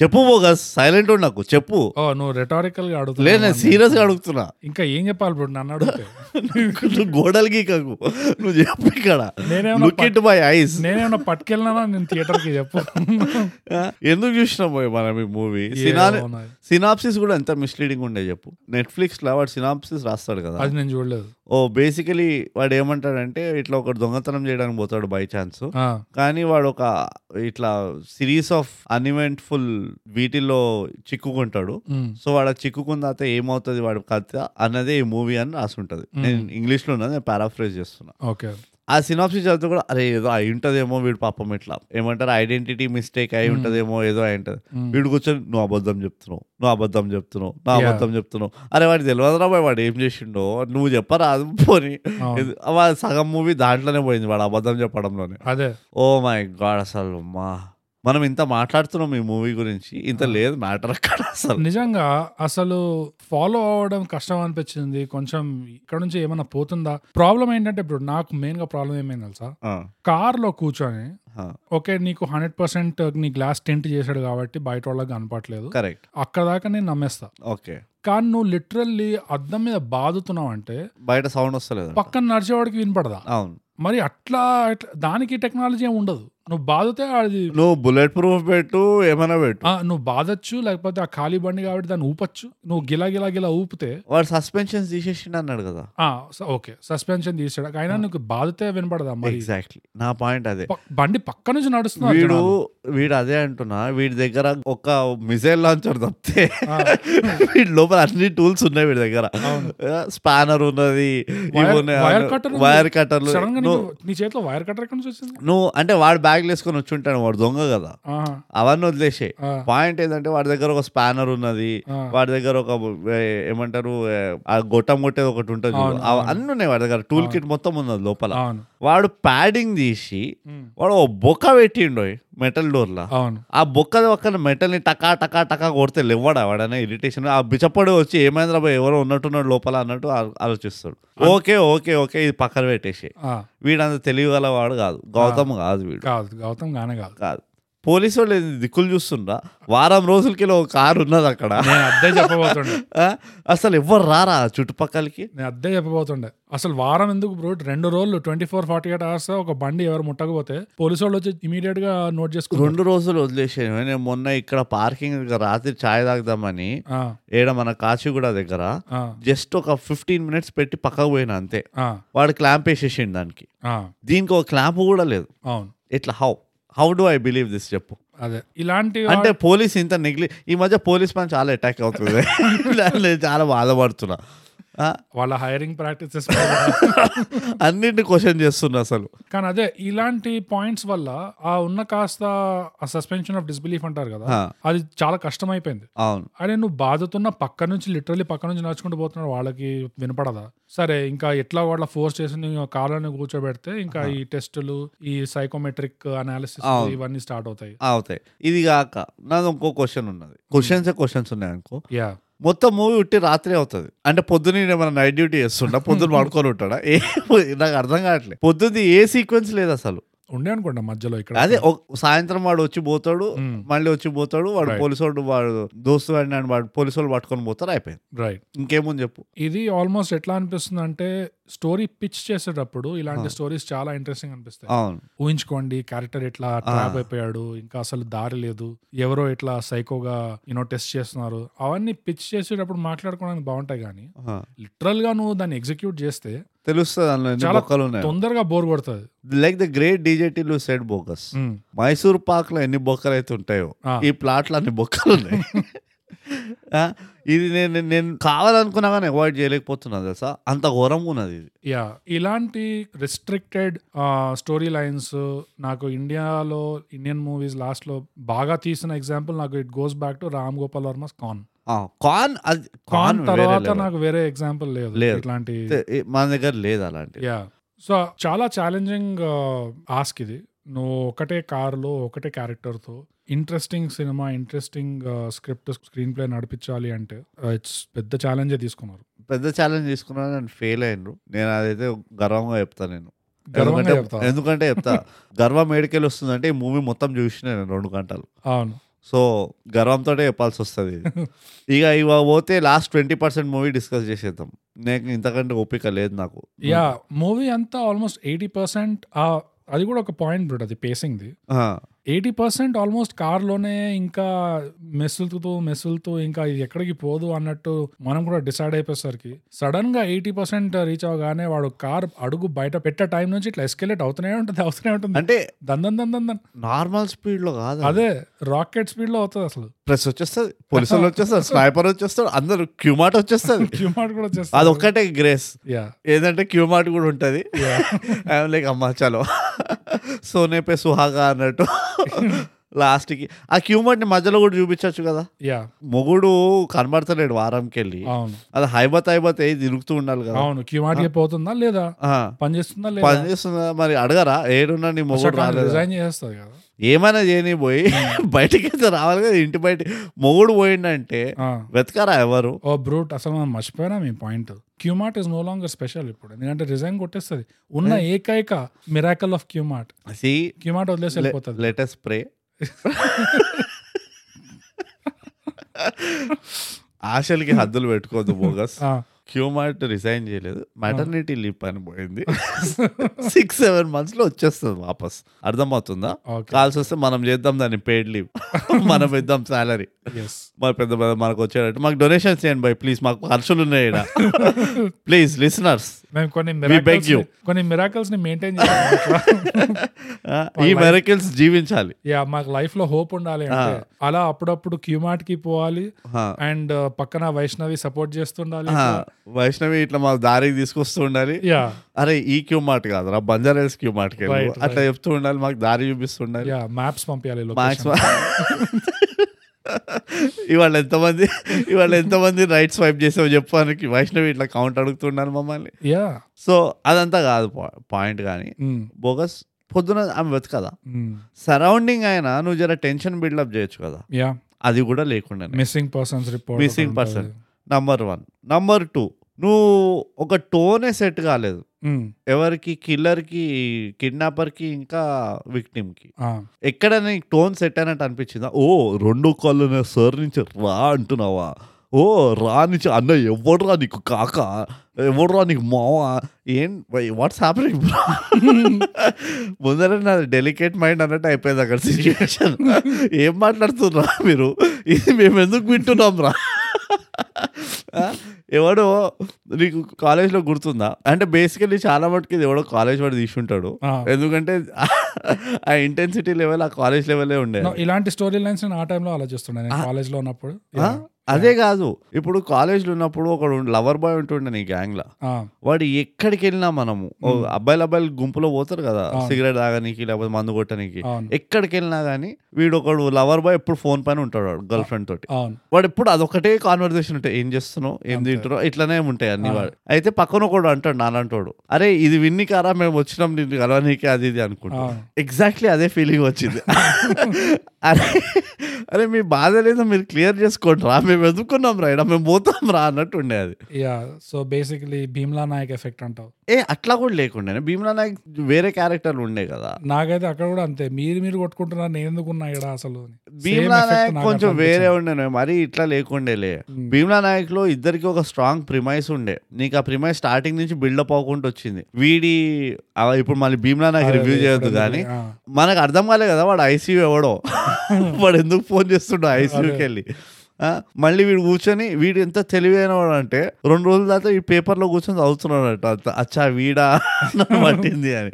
S2: చెప్పు బోగస్ సైలెంట్ నాకు చెప్పు
S1: ఓ నువ్వు రెటారికల్ గా అడుగుతున్నావు
S2: లేదు నేను
S1: అన్నీ.
S2: సీరియస్గా అడుగుతున్నా
S1: ఇంకా ఏం చెప్పాలి బ్రో నన్ను అడిగితే
S2: నువ్వు గోడలకి కక్కు నువ్వు చెప్పు ఇక్కడ
S1: నేనేమన్నా
S2: లుక్ ఇట్ మై ఐస్
S1: నేనేమన్నా పట్టుకెళ్ళినా నేను థియేటర్ కి చెప్పు
S2: ఎందుకు చూసినాం పోయి మనం ఈ మూవీ
S1: ఏ
S2: సినాని
S1: అవునా.
S2: సినాప్సిస్ కూడా ఎంత మిస్లీడింగ్ ఉండే చెప్పు నెట్ఫ్లిక్స్ లో వాడు సినాప్సిస్ రాస్తాడు కదా
S1: అది నేను చూడలేదు
S2: ఓ బేసికలీ వాడు ఏమంటాడంటే ఇట్లా ఒకడు దొంగతనం చేయడానికి పోతాడు బై ఛాన్స్
S1: ఆ,
S2: కానీ వాడు ఒక ఇట్లా సిరీస్ ఆఫ్ అన్ఇవెంట్ఫుల్ వీటిల్లో చిక్కుకుంటాడు
S1: ఉమ్,
S2: సో వాడు ఆ చిక్కుకున్న తర్వాత ఏమవుతుంది వాడి కథ అన్నదే ఈ మూవీ అని రాసుంటది నేను ఇంగ్లీష్లో ఉన్నది నేను పారాఫ్రేజ్ చేస్తున్నా
S1: ఓకే
S2: ఆ సినాప్సిస్ చదివితే కూడా అరే ఏదో అయి ఉంటదేమో వీడు పాపం ఇట్లా ఏమంటారు ఐడెంటిటీ మిస్టేక్ అయి ఉంటదేమో ఏదో అయి ఉంటుంది వీడు కూర్చొని నువ్వు అబద్ధం చెప్తున్నావు నువ్వు అబద్ధం చెప్తున్నావు నువ్వు
S1: Yeah.
S2: అబద్ధం చెప్తున్నావు అరే వాడు తెలియదురా బాయ్ వాడు ఏం చేసిండో నువ్వు చెప్పరా అది పోని
S1: అవును.
S2: ఇది- వాడు సగం మూవీ దాంట్లోనే పోయింది వాడు అబద్ధం చెప్పడంలోనే
S1: అదే
S2: ఓ మై గాడ్ అసలు మా మనం ఇంత మాట్లాడుతున్నాం ఈ మూవీ గురించి ఇంత లేదు మ్యాటర్ అక్కడ అసలు
S1: నిజంగా అసలు ఫాలో అవడం కష్టం అనిపించింది కొంచెం ఇక్కడ నుంచి ఏమైనా పోతుందా ప్రాబ్లం ఏంటంటే ఇప్పుడు నాకు మెయిన్ గా ప్రాబ్లం ఏమైంది తెలుసా
S2: ఆ,
S1: కార్ లో కూర్చొని
S2: ఆ,
S1: ఓకే నీకు హండ్రెడ్ పర్సెంట్ నీ గ్లాస్ టెంట్ చేశాడు కాబట్టి బయట వాళ్ళకి కనపట్లేదు
S2: కరెక్ట్
S1: అక్కడ దాకా నేను నమ్మేస్తా
S2: ఓకే
S1: కానీ నువ్వు లిటరల్లీ అద్దం మీద బాదుతున్నావు అంటే
S2: బయట సౌండ్ వస్తలేదు
S1: పక్కన నడిచేవాడికి వినపడదా
S2: అవును
S1: మరి అట్లా అట్లా- దానికి టెక్నాలజీ ఏమి ఉండదు నువ్వు బాధితే అది
S2: నువ్వు బుల్లెట్ ప్రూఫ్ పెట్టు ఏమైనా పెట్టు
S1: ఆ, నువ్వు బాధచ్చు లేకపోతే ఆ ఖాళీ బండి కాబట్టి దాన్ని ఊపచ్చు నువ్వు గిలా గిలా గిలా ఊపితే
S2: వాడు సస్పెన్షన్స్ తీసేసిండు అన్నాడు కదా
S1: ఆ, స- ఓకే సస్పెన్షన్ తీసాడు అయినా నీకు బాధితే వినపడదా మరి
S2: ఎగ్జాక్ట్లీ నా పాయింట్ అదే
S1: ప- బండి పక్క నుంచి నడుస్తున్నాడు
S2: వీడు వీడు అదే అంటున్నా వీడి దగ్గర ఒక మిసైల్ లాంచర్ తప్పితే వీడి లోపల అన్ని టూల్స్ ఉన్నాయి వీడి దగ్గర స్పానర్ ఉన్నది
S1: Wire- wire cutter ఉంది.
S2: వైర్ కట్టర్లు
S1: సడన్ గా
S2: నువ్వు
S1: నీకు- నీ చేతిలో వైర్ కట్టర్ ఎక్కడి నుంచి వచ్చింది
S2: నువ్వు అంటే వాడు బ్యాగ్లు వేసుకొని వచ్చి ఉంటాడు వాడు దొంగ కదా అవన్నీ వదిలేసే పాయింట్ ఏంటంటే వాడి దగ్గర ఒక స్పానర్ ఉన్నది వాడి దగ్గర ఒక ఏ, ఏమంటారు ఏ, ఆ గొట్టం కొట్టేది ఒకటి ఉంటుంది చూడు.
S1: అవును,
S2: అవ-
S1: అవును.
S2: అన్నీ ఉన్నాయి వాడి దగ్గర టూల్ కిట్ మొత్తం ఉన్నది లోపల
S1: అవును
S2: వాడు ప్యాడింగ్ తీసి
S1: ఉమ్.
S2: వాడు ఓ బొక్క పెట్టిండు మెటల్ డోర్లా
S1: అవును
S2: ఆ బొక్క పక్కన మెటల్ని టకా టకా టకా కొడితే లేవ్వడా వాడనే ఇరిటేషన్ ఆ బిచ్చప్పడు వచ్చి ఏమైందిరా బాయ్ ఎవరో ఉన్నట్టున్నాడు లోపల అన్నట్టు ఆ- ఆలోచిస్తాడు ఓకే ఓకే ఓకే ఇది పక్కన పెట్టేసి
S1: ఆ,
S2: వీడంత తెలివిగల వాడు కాదు గౌతమ్ కాదు వీడు
S1: కాదు గౌతమ్ గానే కాదు
S2: కాదు పోలీసు వాళ్ళు ఏంది దిక్కులు చూస్తుండ్రా వారం రోజులకి ఒక కారు ఉన్నది అక్కడ
S1: నేను అద్దే చెప్పబోతుండే
S2: ఆ? అసలు ఎవ్వరు రారా ఆ చుట్టుపక్కలకి
S1: నేను అద్దే చెప్పబోతుండే అసలు వారం ఎందుకు బ్రో రెండు రోజులు twenty four forty eight hours ఒక బండి ఎవరు ముట్టకపోతే పోలీసు వాళ్ళు వచ్చి ఇమీడియట్ గా నోట్ చేసుకుంటారు
S2: రెండు రోజులు వదిలేసాను నేను మొన్న ఇక్కడ పార్కింగ్ దగ్గర రాత్రి ఛాయ్ తాగుదామని
S1: ఆ,
S2: ఏడ మన కాచిగూడ దగ్గర
S1: ఆ,
S2: జస్ట్ ఒక ఫిఫ్టీన్ మినిట్స్ పెట్టి పక్కకు పోయినా అంతే
S1: ఆ,
S2: వాడు క్లాంప్ వేసేసిండు దానికి
S1: ఆ,
S2: దీనికి ఒక క్లాంప్ కూడా లేదు
S1: అవును
S2: ఇట్లా how how do I believe this చెప్పు
S1: అదే ఇలాంటి వా-
S2: అంటే పోలీస్ ఇంత నెగ్లి ఈ మధ్య పోలీస్ పని చాలా అటాక్ అవుతుంది దాన్ని నేను చాలా బాధపడుతున్నా ఆ,
S1: వాళ్ళ హైరింగ్ ప్రాక్టీసెస్
S2: అన్నిటిని క్వశ్చన్ చేస్తున్నా అసలు
S1: కానీ అదే ఇలాంటి పాయింట్స్ వల్ల ఆ ఉన్న కాస్త ఆ సస్పెన్షన్ ఆఫ్ డిస్బిలీఫ్ అంటారు కదా
S2: ఆ.
S1: అది చాలా కష్టం అయిపోయింది
S2: అవును
S1: అరే నువ్వు బాధతున్న పక్క నుంచి లిటరలీ పక్క నుంచి నడుచుకుంటూ పోతున్నాడు వాళ్ళకి వినపడదా సరే ఇంకా ఎట్లా వాళ్ళ ఫోర్స్ చేసి నువ్వు కాలాన్ని కూర్చోబెడితే ఇంకా ఈ టెస్టులు ఈ సైకోమెట్రిక్ అనాలిసిస్
S2: అవును.
S1: ఇవన్నీ స్టార్ట్ అవుతాయి
S2: అవుతాయి ఇది కాక నాది ఇంకో క్వశ్చన్ ఉన్నది క్వశ్చన్స్ క్వశ్చన్స్ ఉన్నాయి అనుకో
S1: యా
S2: మొత్తం మూవీ ఉట్టి రాత్రి అవుతుంది అంటే పొద్దున్న నేను ఏమైనా నైట్ డ్యూటీ చేస్తుంటా పొద్దున్న పడుకొని ఉంటాడా ఏ నాకు అర్థం కావట్లేదు పొద్దున్న ఏ సీక్వెన్స్ లేదు అసలు
S1: ఉండే అనుకోండి మధ్యలో ఇక్కడ
S2: అదే ఒక- సాయంత్రం వాడు వచ్చి పోతాడు
S1: మ్మ్.
S2: మళ్ళీ వచ్చి పోతాడు వాడు
S1: Right.
S2: పోలీసు వాడు వాడు దోస్తు వాడిని నన్ను వాడు పోలీసు వాళ్ళు పట్టుకొని పోతారు అయిపోయింది
S1: రైట్
S2: ఇంకేముంది చెప్పు
S1: ఇది ఆల్మోస్ట్ ఎట్లా అనిపిస్తుంది అంటే స్టోరీ పిచ్ చేసేటప్పుడు ఇలాంటి స్టోరీస్ చాలా ఇంట్రెస్టింగ్ అనిపిస్తాయి
S2: అవును
S1: ఊహించుకోండి క్యారెక్టర్ ఇట్లా ట్రాప్ అయిపోయాడు ఇంకా అసలు దారి లేదు ఎవరో ఇట్లా సైకోగా యూనో టెస్ట్ చేస్తున్నారు అవన్నీ పిచ్ చేసేటప్పుడు మాట్లాడుకోవడానికి బాగుంటాయి కానీ
S2: ఆ.
S1: లిటరల్ గా నువ్వు దాన్ని ఎగ్జిక్యూట్ చేస్తే
S2: తెలుస్తుంది అందులో ఎన్ని
S1: చాలా
S2: బొక్కలు ఉన్నాయి
S1: తొందరగా బోర్ కొడుతుంది
S2: లైక్ ద గ్రేట్ డీజేటీలు said bogus
S1: um,
S2: Mysore pak లో ఎన్ని బొక్కలు అయితే ఉంటాయో
S1: ఆ.
S2: ఈ ప్లాట్లు అన్ని బొక్కలు ఉన్నాయి ఆ, ఇది నేను నేను కావాలనుకున్నా కానీ అవాయిడ్ చేయలేకపోతున్నా తెలుసా అంత ఘోరంగా ఉన్నది ఇది
S1: యా ఇలాంటి రిస్ట్రిక్టెడ్ స్టోరీ లైన్స్ నాకు ఇండియాలో ఇండియన్ మూవీస్ లాస్ట్ లో బాగా తీసిన ఎగ్జాంపుల్ నాకు it goes back to Ram Gopal Varma's కాన్
S2: ఆ, కాన్ అది
S1: కాన్
S2: కాన్ వేరే
S1: తర్వాత
S2: level.
S1: నాకు వేరే ఎగ్జాంపుల్ లేదు
S2: లేదు.
S1: ఇట్లాంటి
S2: ఏ- మన దగ్గర లేదు అలాంటివి
S1: యా సో చాలా ఛాలెంజింగ్ ఆస్క్ ఇది నువ్వు ఒకటే కారులో ఒకటే క్యారెక్టర్తో interesting cinema interesting script screenplay నడిపించాలి అంటే ఇట్స్ పెద్ద ఛాలెంజే తీసుకున్నారు
S2: పెద్ద ఛాలెంజ్ తీసుకున్నాను నేను ఫెయిల్ అయినరు నేను అదైతే గర్వంగా చెప్తా నేను
S1: గర్వంగా
S2: ఎందుకంటే-
S1: చెప్తా
S2: ఎందుకంటే చెప్తా గర్వం ఏడికెళ్ళి వస్తుందంటే ఈ మూవీ మొత్తం చూసిన నేను రెండు గంటలు
S1: అవును
S2: సో గర్వంతో చెప్పాల్సి వస్తుంది ఇది. ఇక ఇవ పోతే last twenty percent movie discuss చేసేద్దాం నేను ఇంతకంటే ఓపిక లేదు నాకు
S1: యా మూవీ అంతా ఆల్మోస్ట్ ఎయిటీ పర్సెంట్ అది కూడా ఒక పాయింట్ బ్రూట్ అది పేసింగ్ది
S2: ఆ,
S1: ఎయిటీ పర్సెంట్ ఆల్మోస్ట్ కార్లోనే ఇంకా మెసులుతూ మెసులుతూ ఇంకా ఇది ఎక్కడికి పోదు అన్నట్టు మనం కూడా డిసైడ్ అయిపోయేసరికి సడన్ గా ఎయిటీ పర్సెంట్ రీచ్ అవగానే వాడు కార్ అడుగు బయట పెట్టే టైం నుంచి ఇట్లా ఎస్కెలేట్ అవుతూనే ఉంటుంది అవుతూనే ఉంటుంది
S2: అంటే
S1: దందన్ దందన్ దన్
S2: నార్మల్ స్పీడ్ లో కాదు
S1: అదే రాకెట్ స్పీడ్ లో అవుతుంది అసలు
S2: ప్రెస్ వచ్చేస్తుంది పోలీసులు వచ్చేస్తారు స్నైపర్ వచ్చేస్తారు అందరు క్యూమాట్ వచ్చేస్తుంది
S1: క్యూమార్ట్ కూడా
S2: అది
S1: వచ్చేస్తుంది
S2: ఒక్కటే గ్రేస్
S1: యా
S2: ఏదంటే క్యూమార్ట్ కూడా ఉంటుంది లైక్ అమ్మా చలో సోనే పే సుహాగా అన్నట్టు లాస్ట్కి ఆ క్యూమార్ట్ని మధ్యలో కూడా చూపించవచ్చు కదా
S1: యా
S2: మొగుడు కనబడతలేడు వారంకి వెళ్ళి
S1: అవును
S2: అది హైబత్ హైబత్ అయ్యి తిరుగుతూ ఉండాలి కదా
S1: అవును క్యూమార్ట్ పోతుందా లేదా
S2: ఆ,
S1: పని చేస్తుందా
S2: పని
S1: లేదా
S2: చేస్తుందా మరి అడగరా ఏడున్నా నీ మొగుడు రాలేదు
S1: రిజైన్ Hmm. చేస్తుంది కదా
S2: ఏమైనా చేయని పోయి బయటికి అయితే రావాలి కదా ఇంటి బయట మొగుడు పోయిండంటే
S1: ఆ.
S2: వెతకరా ఎవరు
S1: ఓ బ్రూట్ అసలు మనం మర్చిపోయినా మీ point Qmart is no longer special ఇప్పుడు ఎందుకంటే రిజైన్ కొట్టేస్తుంది ఉన్న
S2: Eh?
S1: ఏకైక మిరాకల్ ఆఫ్ క్యూమార్ట్
S2: సి
S1: క్యూమార్ట్ వదిలేసి వెళ్ళిపోతుంది
S2: లెటెస్ట్ ప్రే ఆశలకి హద్దులు పెట్టుకోవద్దు బోగస్
S1: ఆ,
S2: క్యూమార్ట్ రిజైన్ చేయలేదు మెటర్నిటీ లీవ్ పని పోయింది సిక్స్ సెవెన్ మంత్స్ లో వచ్చేస్తుంది వాపస్ అర్థమవుతుందా
S1: ఓకే
S2: కాల్స్ వస్తే మనం చేద్దాం దాన్ని పెయిడ్ లీవ్ మనం ఇద్దాం సాలరీ
S1: ఎస్
S2: మరి పెద్ద పెద్ద మనకు వచ్చేటట్టు మాకు డొనేషన్స్ చేయండి బై ప్లీజ్ మాకు ఖర్చులు ఉన్నాయి ప్లీజ్ లిసనర్స్
S1: మేము కొన్ని
S2: beg
S1: miracles
S2: you.
S1: ని- కొన్ని మిరాకల్స్ ని మెయింటైన్ చేయాలి
S2: ఈ మెరకిల్స్ జీవించాలి
S1: యా మాకు లైఫ్ లో హోప్ ఉండాలి అంటే
S2: Ah.
S1: అలా అప్పుడప్పుడు క్యూమార్ట్ కి పోవాలి
S2: ఆ,
S1: uh, అండ్ పక్కన వైష్ణవి సపోర్ట్ చేస్తుండాలి
S2: ఆ, వైష్ణవి ఇట్లా మా దారికి తీసుకొస్తూ ఉండాలి
S1: యా
S2: అరే ఈ క్యూ మార్ట్ కాదురా Banjara Hills Qmart
S1: Right,
S2: అట్లా చెప్తూ ఉండాలి మాకు దారి చూపిస్తుండాలి
S1: యా మ్యాప్స్ పంపించాలి
S2: మ్యాక్స్
S1: లొకేషన్
S2: ఇవాళ ఎంతమంది ఇవాళ ఎంతమంది రైట్ స్వైప్ చేసావు చెప్పడానికి వైష్ణవి ఇట్లా కౌంట్ అడుగుతున్నాను మమ్మల్ని
S1: యా
S2: సో అదంతా కాదు పాయింట్ కానీ
S1: Mm,
S2: బోగస్ పొద్దున ఆమె వెతకదా సరౌండింగ్ అయినా నువ్వు జర టెన్షన్ బిల్డప్ చేయొచ్చు కదా
S1: యా
S2: అది కూడా లేకుండా
S1: missing persons report
S2: Missing person. Number one number two నువ్వు ఒక టోనే సెట్ కాలేదు
S1: Hmm.
S2: ఎవరికి కిల్లర్కి కిడ్నాపర్కి ఇంకా విక్టిమ్కి ఎక్కడ నీకు టోన్ సెట్ అయినట్టు అనిపించిందా ఓ రెండు కాళ్ళు నేను సార్ నుంచి రా అంటున్నావా ఓ రా నుంచి అన్న ఎవడురా నీకు కాక ఎవడురా నీకు మావా ఏం వాట్స్ హ్యాపెనింగ్ ముందర నా డెలికేట్ మైండ్ అన్నట్టు అయిపోయింది అక్కడ సిచ్యువేషన్ ఏం మాట్లాడుతున్నా మీరు ఇది మేము ఎందుకు వింటున్నాం రా ఆ? ఎవడో నీకు కాలేజ్లో గుర్తుందా అంటే బేసికలీ చాలా మటుకు ఇది ఎవడో కాలేజ్ వాడు తీసుంటాడు ఎందుకంటే ఆ ఇంటెన్సిటీ లెవెల్ ఆ కాలేజ్ లెవెలే ఉండే
S1: ఇలాంటి స్టోరీ లైన్స్ నేను ఆ టైంలో ఆలోచిస్తున్నా నేను కాలేజ్ లో ఉన్నప్పుడు
S2: ఆ? అదే కాదు ఇప్పుడు కాలేజ్లో ఉన్నప్పుడు ఒకడు లవర్ బాయ్ ఉంటుండే నీ గ్యాంగ్ లా వాడు ఎక్కడికి వెళ్ళినా మనము ఓ అబ్బాయిలు అబ్బాయిలు గుంపులో పోతారు కదా సిగరెట్ తాగనీకి లేకపోతే మందు కొట్టనీకి
S1: అవును
S2: ఎక్కడికి వెళ్ళినా కానీ వీడు ఒకడు లవర్ బాయ్ ఎప్పుడు ఫోన్ పైన ఉంటాడు వాడు గర్ల్ ఫ్రెండ్ తోటి
S1: అవును
S2: వాడు ఎప్పుడు అదొకటే కాన్వర్సేషన్ ఉంటాయి ఏం చేస్తున్నావు ఏం తింటున్నావు ఇట్లనే ఉంటాయి అన్ని వాడు అయితే పక్కన ఒకడు అంటాడు నాలంటోడు అరే ఇది విన్ని కారా మేము వచ్చినాం నేను కలవనీకి అది ఇది అనుకుంటాం
S1: అవును.
S2: ఎగ్జాక్ట్లీ అదే ఫీలింగ్ వచ్చింది అరే అరే మీ బాధ లేదో మీరు క్లియర్ చేసుకోండి రా మేము ఎదుర్కొన్నాం రా ఈడ మేము పోతాం రా అన్నట్టు ఉండే అది
S1: yeah so basically Bheemla Nayak effect అంటావు
S2: ఏ అట్లా కూడా లేకుండే భీమ్లా నాయక్ వేరే క్యారెక్టర్లు ఉండే కదా
S1: నాకైతే అక్కడ కూడా అంతే మీరు మీరు కొట్టుకుంటున్నారు నేను ఎందుకు ఉన్నా ఇక్కడ అసలు అని. Same
S2: భీమ్లా
S1: effect
S2: నాయక్
S1: నాకు
S2: కొంచెం
S1: అట్లా
S2: వేరే
S1: అనిపించింది.
S2: ఉండేను మరీ ఇట్లా లేకుండేలే
S1: Hmm.
S2: భీమ్లా నాయక్ లో ఇద్దరికి ఒక స్ట్రాంగ్ ప్రిమైస్ ఉండే నీకు ఆ ప్రిమైస్ స్టార్టింగ్ నుంచి బిల్డప్ అవ్వకుండా వచ్చింది వీడి ఆ, ఇప్పుడు మళ్ళీ భీమ్లా నాయక్
S1: అదే,
S2: రివ్యూ
S1: అదే,
S2: చేయొద్దు
S1: ఇప్పుడు
S2: కానీ
S1: ఆ.
S2: మనకు అర్థం కాలే కదా వాడు ఐసీయూ ఎవడో వాడు ఎందుకు ఫోన్ చేస్తుండో ఐసీయూకి వెళ్ళి ఆ, మళ్ళీ వీడు కూర్చొని వీడు ఎంత తెలివైన వాడు అంటే రెండు రోజుల తర్వాత ఈ పేపర్లో కూర్చొని చదువుతున్నాడు అంట అచ్చా వీడా అని పట్టింది అని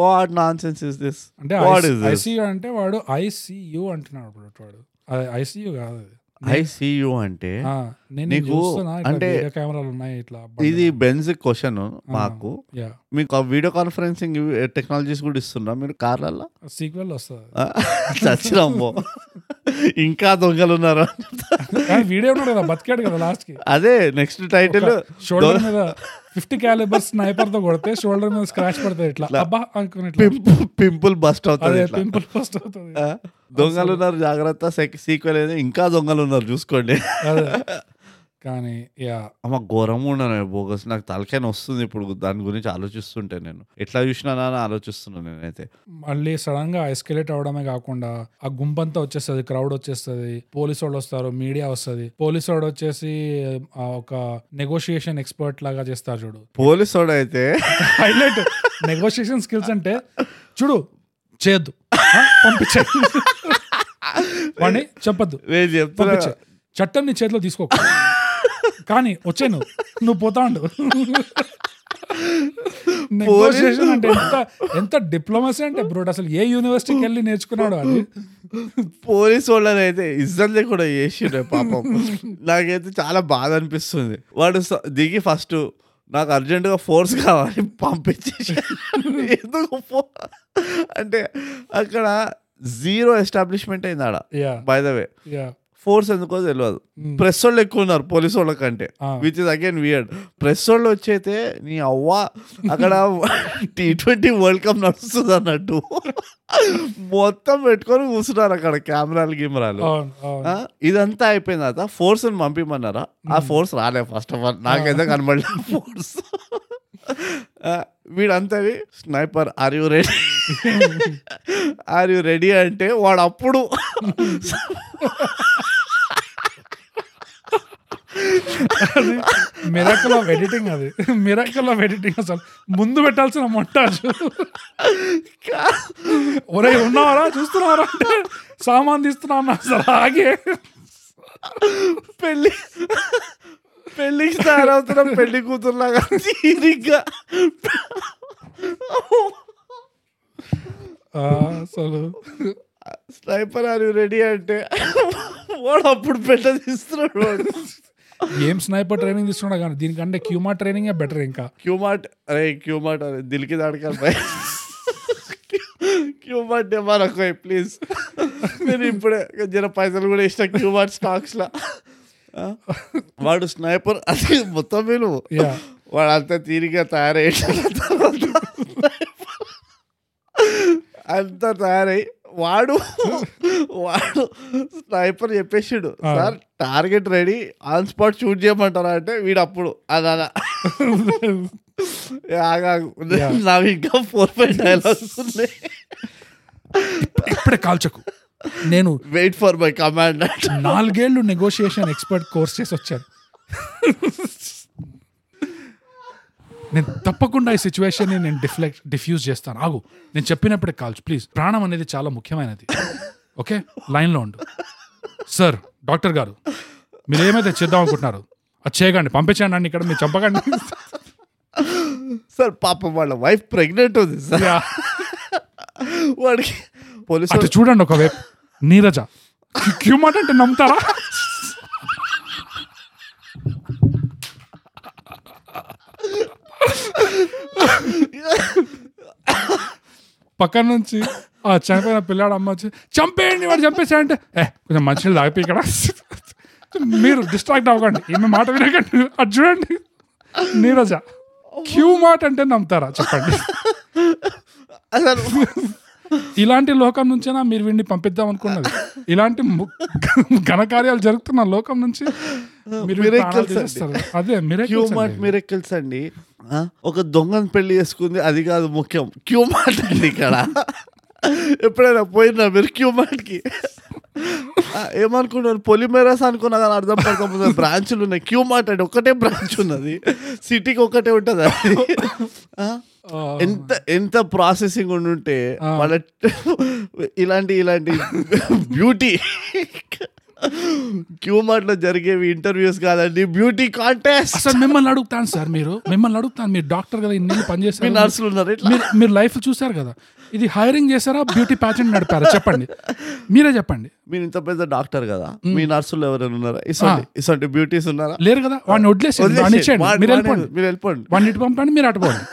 S2: what nonsense is this
S1: అంటే
S2: వాట్ ఇస్ దిస్
S1: ఐసీయూ అంటే వాడు ఐసీయూ అంటున్నాడు ఇప్పుడు వాడు ఐసీయూ కాదు అది.
S2: ఐసీయూ అంటే
S1: ఆ, నేను
S2: నీకు
S1: చూస్తున్నా
S2: అంటే
S1: అంటే కెమెరాలు ఉన్నాయి ఇట్లా
S2: ఇది బెంజ్ క్వశ్చన్ మాకు
S1: యా
S2: మీకు వీడియో కాన్ఫరెన్సింగ్ టెక్నాలజీస్ కూడా ఇస్తున్నా మీరు కార్లలో
S1: సీక్వెల్ వస్తుంది
S2: చచ్చిరాంబో ఇంకా దొంగలు ఉన్నారు
S1: వీడియో ఉన్నాడు కదా బతికాడు కదా లాస్ట్ కి
S2: అదే నెక్స్ట్ టైటిల్
S1: షోల్డర్ మీద ఫిఫ్టీ క్యాలిబర్ స్నైపర్ తో కొడితే షోల్డర్ మీద స్క్రాచ్ పడతాయి ఇట్లా అబ్బా అనుకున్నట్లు
S2: పింపుల్ బస్ట్ అవుతుంది
S1: అదే
S2: ఇట్లా.
S1: పింపుల్ ఫస్ట్ అవుతుంది
S2: ఆ, దొంగలు ఉన్నారు జాగ్రత్త సీక్వెల్ అయితే ఇంకా దొంగలు ఉన్నారు చూసుకోండి
S1: అదే కానీ యా
S2: అమ్మ ఘోరంగా ఉండను బోగస్ నాకు తలకాయ వస్తుంది ఇప్పుడు దాని గురించి ఆలోచిస్తుంటే నేను ఎట్లా చూసినానా అని ఆలోచిస్తున్నాను నేనైతే
S1: మళ్ళీ సడన్ గా ఎస్కలేట్ అవడమే కాకుండా ఆ గుంపంతా వచ్చేస్తుంది క్రౌడ్ వచ్చేస్తుంది పోలీస్ వాళ్ళు వస్తారు మీడియా వస్తుంది పోలీస్ వాడు వచ్చేసి ఆ, ఒక నెగోషియేషన్ ఎక్స్పర్ట్ లాగా చేస్తారు చూడు
S2: పోలీసు వాడు అయితే
S1: హైలైట్ నెగోషియేషన్ స్కిల్స్ అంటే చూడు చేయొద్దు ఆ, పంపించే వాడిని చెప్పద్దు
S2: నేను చెప్తున్నా
S1: పంపించే చట్టం నీ చేతిలో తీసుకో కానీ వచ్చే నువ్వు నువ్వు పోతా ఉండు నెగోషియేషన్ అంటే ఎంత ఎంత డిప్లొమసీ అంటే బ్రోడ్ అసలు ఏ యూనివర్సిటీకి వెళ్ళి నేర్చుకున్నాడు అది
S2: పోలీస్ వాళ్ళని అయితే ఇజ్జత్ కూడా చేసిండే పాపం నాకైతే చాలా బాధ అనిపిస్తుంది వాడు స- దిగి ఫస్ట్ నాకు అర్జెంటుగా ఫోర్స్ కావాలి పంపించేసి ఎందుకు ఫో అంటే అక్కడ జీరో ఎస్టాబ్లిష్మెంట్ అయింది ఆడ
S1: yeah
S2: by the way
S1: yeah
S2: force ఎందుకో తెలియదు ప్రెస్ వాళ్ళు ఎక్కువ ఉన్నారు పోలీస్ వాళ్ళ కంటే
S1: Ah.
S2: Which is again weird press వాళ్ళు వచ్చైతే నీ అవ్వ అక్కడ టీ ట్వంటీ వరల్డ్ కప్ నడుస్తుంది అన్నట్టు మొత్తం పెట్టుకొని కూర్చున్నారు అక్కడ కెమెరాలు గిమెరాలు
S1: అవును అవును
S2: ఆ, ఇదంతా అయిపోయిన తర్వాత ఫోర్స్ పంపిమన్నారా ఆ ఫోర్స్ రాలే ఫస్ట్ ఆఫ్ ఆల్ నాకైతే కనబడలేదు ఫోర్స్ వీడంతవి sniper are you ready are you ready అంటే వాడు అప్పుడు
S1: మిరాకల్ ఆఫ్ ఎడిటింగ్ అది మిరాకల్ ఆఫ్ ఎడిటింగ్ అసలు ముందు పెట్టాల్సిన మొంటాజ్ ఒరే ఉన్నావారా చూస్తున్నారా అంటే సామాన్ తీస్తున్నా అన్న అసలు ఆగే
S2: పెళ్లి పెళ్లికి తయారవుతున్న పెళ్లి కూతురులాగా తీరిగ్గా
S1: ఆ, అసలు
S2: స్నైపర్ ఆర్ యు రెడీ అంటే వాడు అప్పుడు పెట్ట తీస్తున్నాడు వాడు
S1: ఏం స్నైపర్ ట్రైనింగ్ తీసుకున్నా కానీ దీనికంటే క్యూమా ట్రైనింగ్ బెటర్ ఇంకా
S2: క్యూమార్ట్ అరే క్యూమార్ట్ అరే దిల్కి దాడకాలి భయ్ క్యూమార్ట్ నెంబర్ ఒకవై ప్లీజ్ నేను ఇప్పుడే జర పైసలు కూడా ఇష్టం క్యూమార్ట్ స్టాక్స్లో వాడు స్నైపర్ అది మొత్తం నేను
S1: Yeah.
S2: వాడు అంత తీరిగా తయారయ్యి తర్వాత అంత తయారై వాడు వాడు స్నైపర్ చెప్పేసాడు
S1: Ah.
S2: Sir target ready on spot shoot చేయమంటారా అంటే వీడు అప్పుడు అదా ఆగాగు
S1: Yeah.
S2: నావి ఇంకా ఫోర్ ఫైవ్ డైలాగ్స్ ఉన్నాయి
S1: ఇప్పుడే కాల్చకు నేను
S2: వెయిట్ ఫర్ మై కమాండ్
S1: నాలుగేళ్లు నెగోషియేషన్ ఎక్స్పర్ట్ కోర్స్ చేసి వచ్చాను నేను తప్పకుండా ఈ సిచ్యువేషన్ నేను డిఫ్లెక్ట్ డిఫ్యూజ్ చేస్తాను ఆగు నేను చెప్పినప్పుడే కాల్చు ప్లీజ్ ప్రాణం అనేది చాలా ముఖ్యమైనది ఓకే లైన్లో ఉండు సార్ డాక్టర్ గారు మీరు ఏమైతే చేద్దాం అనుకుంటున్నారు అది చేయకండి పంపించండి అండి ఇక్కడ మీరు చంపకండి
S2: సార్ పాపం వాళ్ళ వైఫ్ ప్రెగ్నెంట్ ఉంది సార్
S1: యా.
S2: వాడికి పోలీసు
S1: అటు చూడండి ఒకవైపు నీరజ క్యూమాట అంటే నమ్ముతారా పక్కన నుంచి ఆ చనిపోయిన పిల్లాడు అమ్మ వచ్చి చంపేయండి వాడు చంపేసాడంటే ఏ కొంచెం మనుషులు తాగిపి ఇక్కడ మీరు డిస్ట్రాక్ట్ అవ్వకండి ఈమె మాట వినకండి అది చూడండి నీరజ క్యూ మాట అంటే నమ్ముతారా చెప్పండి
S2: అసలు
S1: ఇలాంటి లోకం నుంచేనా మీరు వీడిని పంపిద్దాం అనుకున్నది ఇలాంటి ము- ఘనకార్యాలు జరుగుతున్న లోకం నుంచి మీరు వీడిని
S2: Miracles
S1: ప్రాణాలు
S2: అండి.
S1: తీసేస్తారు. అదే మీరే
S2: క్యూమార్ట్ మిరకల్స్ అండి ఆ, ఒక దొంగను పెళ్లి చేసుకుంది అది కాదు ముఖ్యం క్యూమార్ట్ అండి ఇక్కడ ఎప్పుడైనా పోయినా మీరు క్యూమార్ట్కి ఆ, ఏమనుకున్నారు పొలిమేరాస్ అనుకున్నా కానీ అర్థం పడకపోతే బ్రాంచ్లు ఉన్నాయి క్యూమార్ట్ అంటే ఒకటే బ్రాంచ్ ఉన్నది సిటీకి ఒకటే ఉంటుంది అది ఆ, ఎంత ఎంత ప్రాసెసింగ్ ఉండుంటే వాళ్ళ ఇలాంటి ఇలాంటి బ్యూటీ క్యూమార్ట్ లో జరిగేవి ఇంటర్వ్యూస్ కాదండి బ్యూటీ కాంటెస్ట్
S1: అసలు మిమ్మల్ని అడుగుతాను సార్ మీరు మిమ్మల్ని అడుగుతాను మీరు డాక్టర్ కదా ఇన్ని పని
S2: మీ
S1: చేస్తారు
S2: నర్సులు ఉన్నారు ఇట్లా
S1: మీరు మీరు లైఫ్ చూసారు కదా ఇది హైరింగ్ చేశారా బ్యూటీ ప్యాచెంట్ నడిపారా చెప్పండి మీరే చెప్పండి
S2: మీరు ఇంత పెద్ద డాక్టర్ కదా మీ నర్సులు ఎవరైనా ఉన్నారా ఇసొంటి ఇసొంటి బ్యూటీస్ ఉన్నారా
S1: లేరు కదా వాడిని వదిలేసి
S2: వదిలేసేయండి.
S1: వాడిని ఇచ్చేయండి
S2: వాడు-
S1: మీరు
S2: వాడే-
S1: వెళ్ళిపోండి
S2: మీరు వెళ్ళిపోండి
S1: వాడిని ఇటు పంపండి మీరు అటు పోండి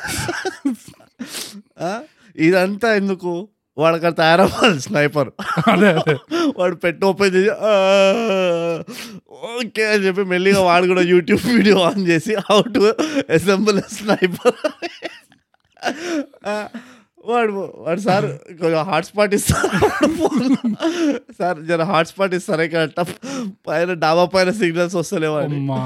S2: ఆ? ఇదంతా ఎందుకు వాళ్ళకి తయారవ్వాలి స్నైపర్
S1: అదే అదే
S2: వాడు పెట్టి ఓపెన్ చేసి "ఆ, ఓకే అని చెప్పి మెల్లిగా వాడు కూడా యూట్యూబ్ వీడియో ఆన్ చేసి హౌ టు అసెంబుల్ స్నైపర్ వాడు వాడు సార్ కొంచెం హాట్స్పాట్ ఇస్తారు సార్ జర హాట్స్పాట్ ఇస్తారు ఇక్కడ టప్ పైన డాబా పైన సిగ్నల్స్ వస్తలేవాడి
S1: అమ్మా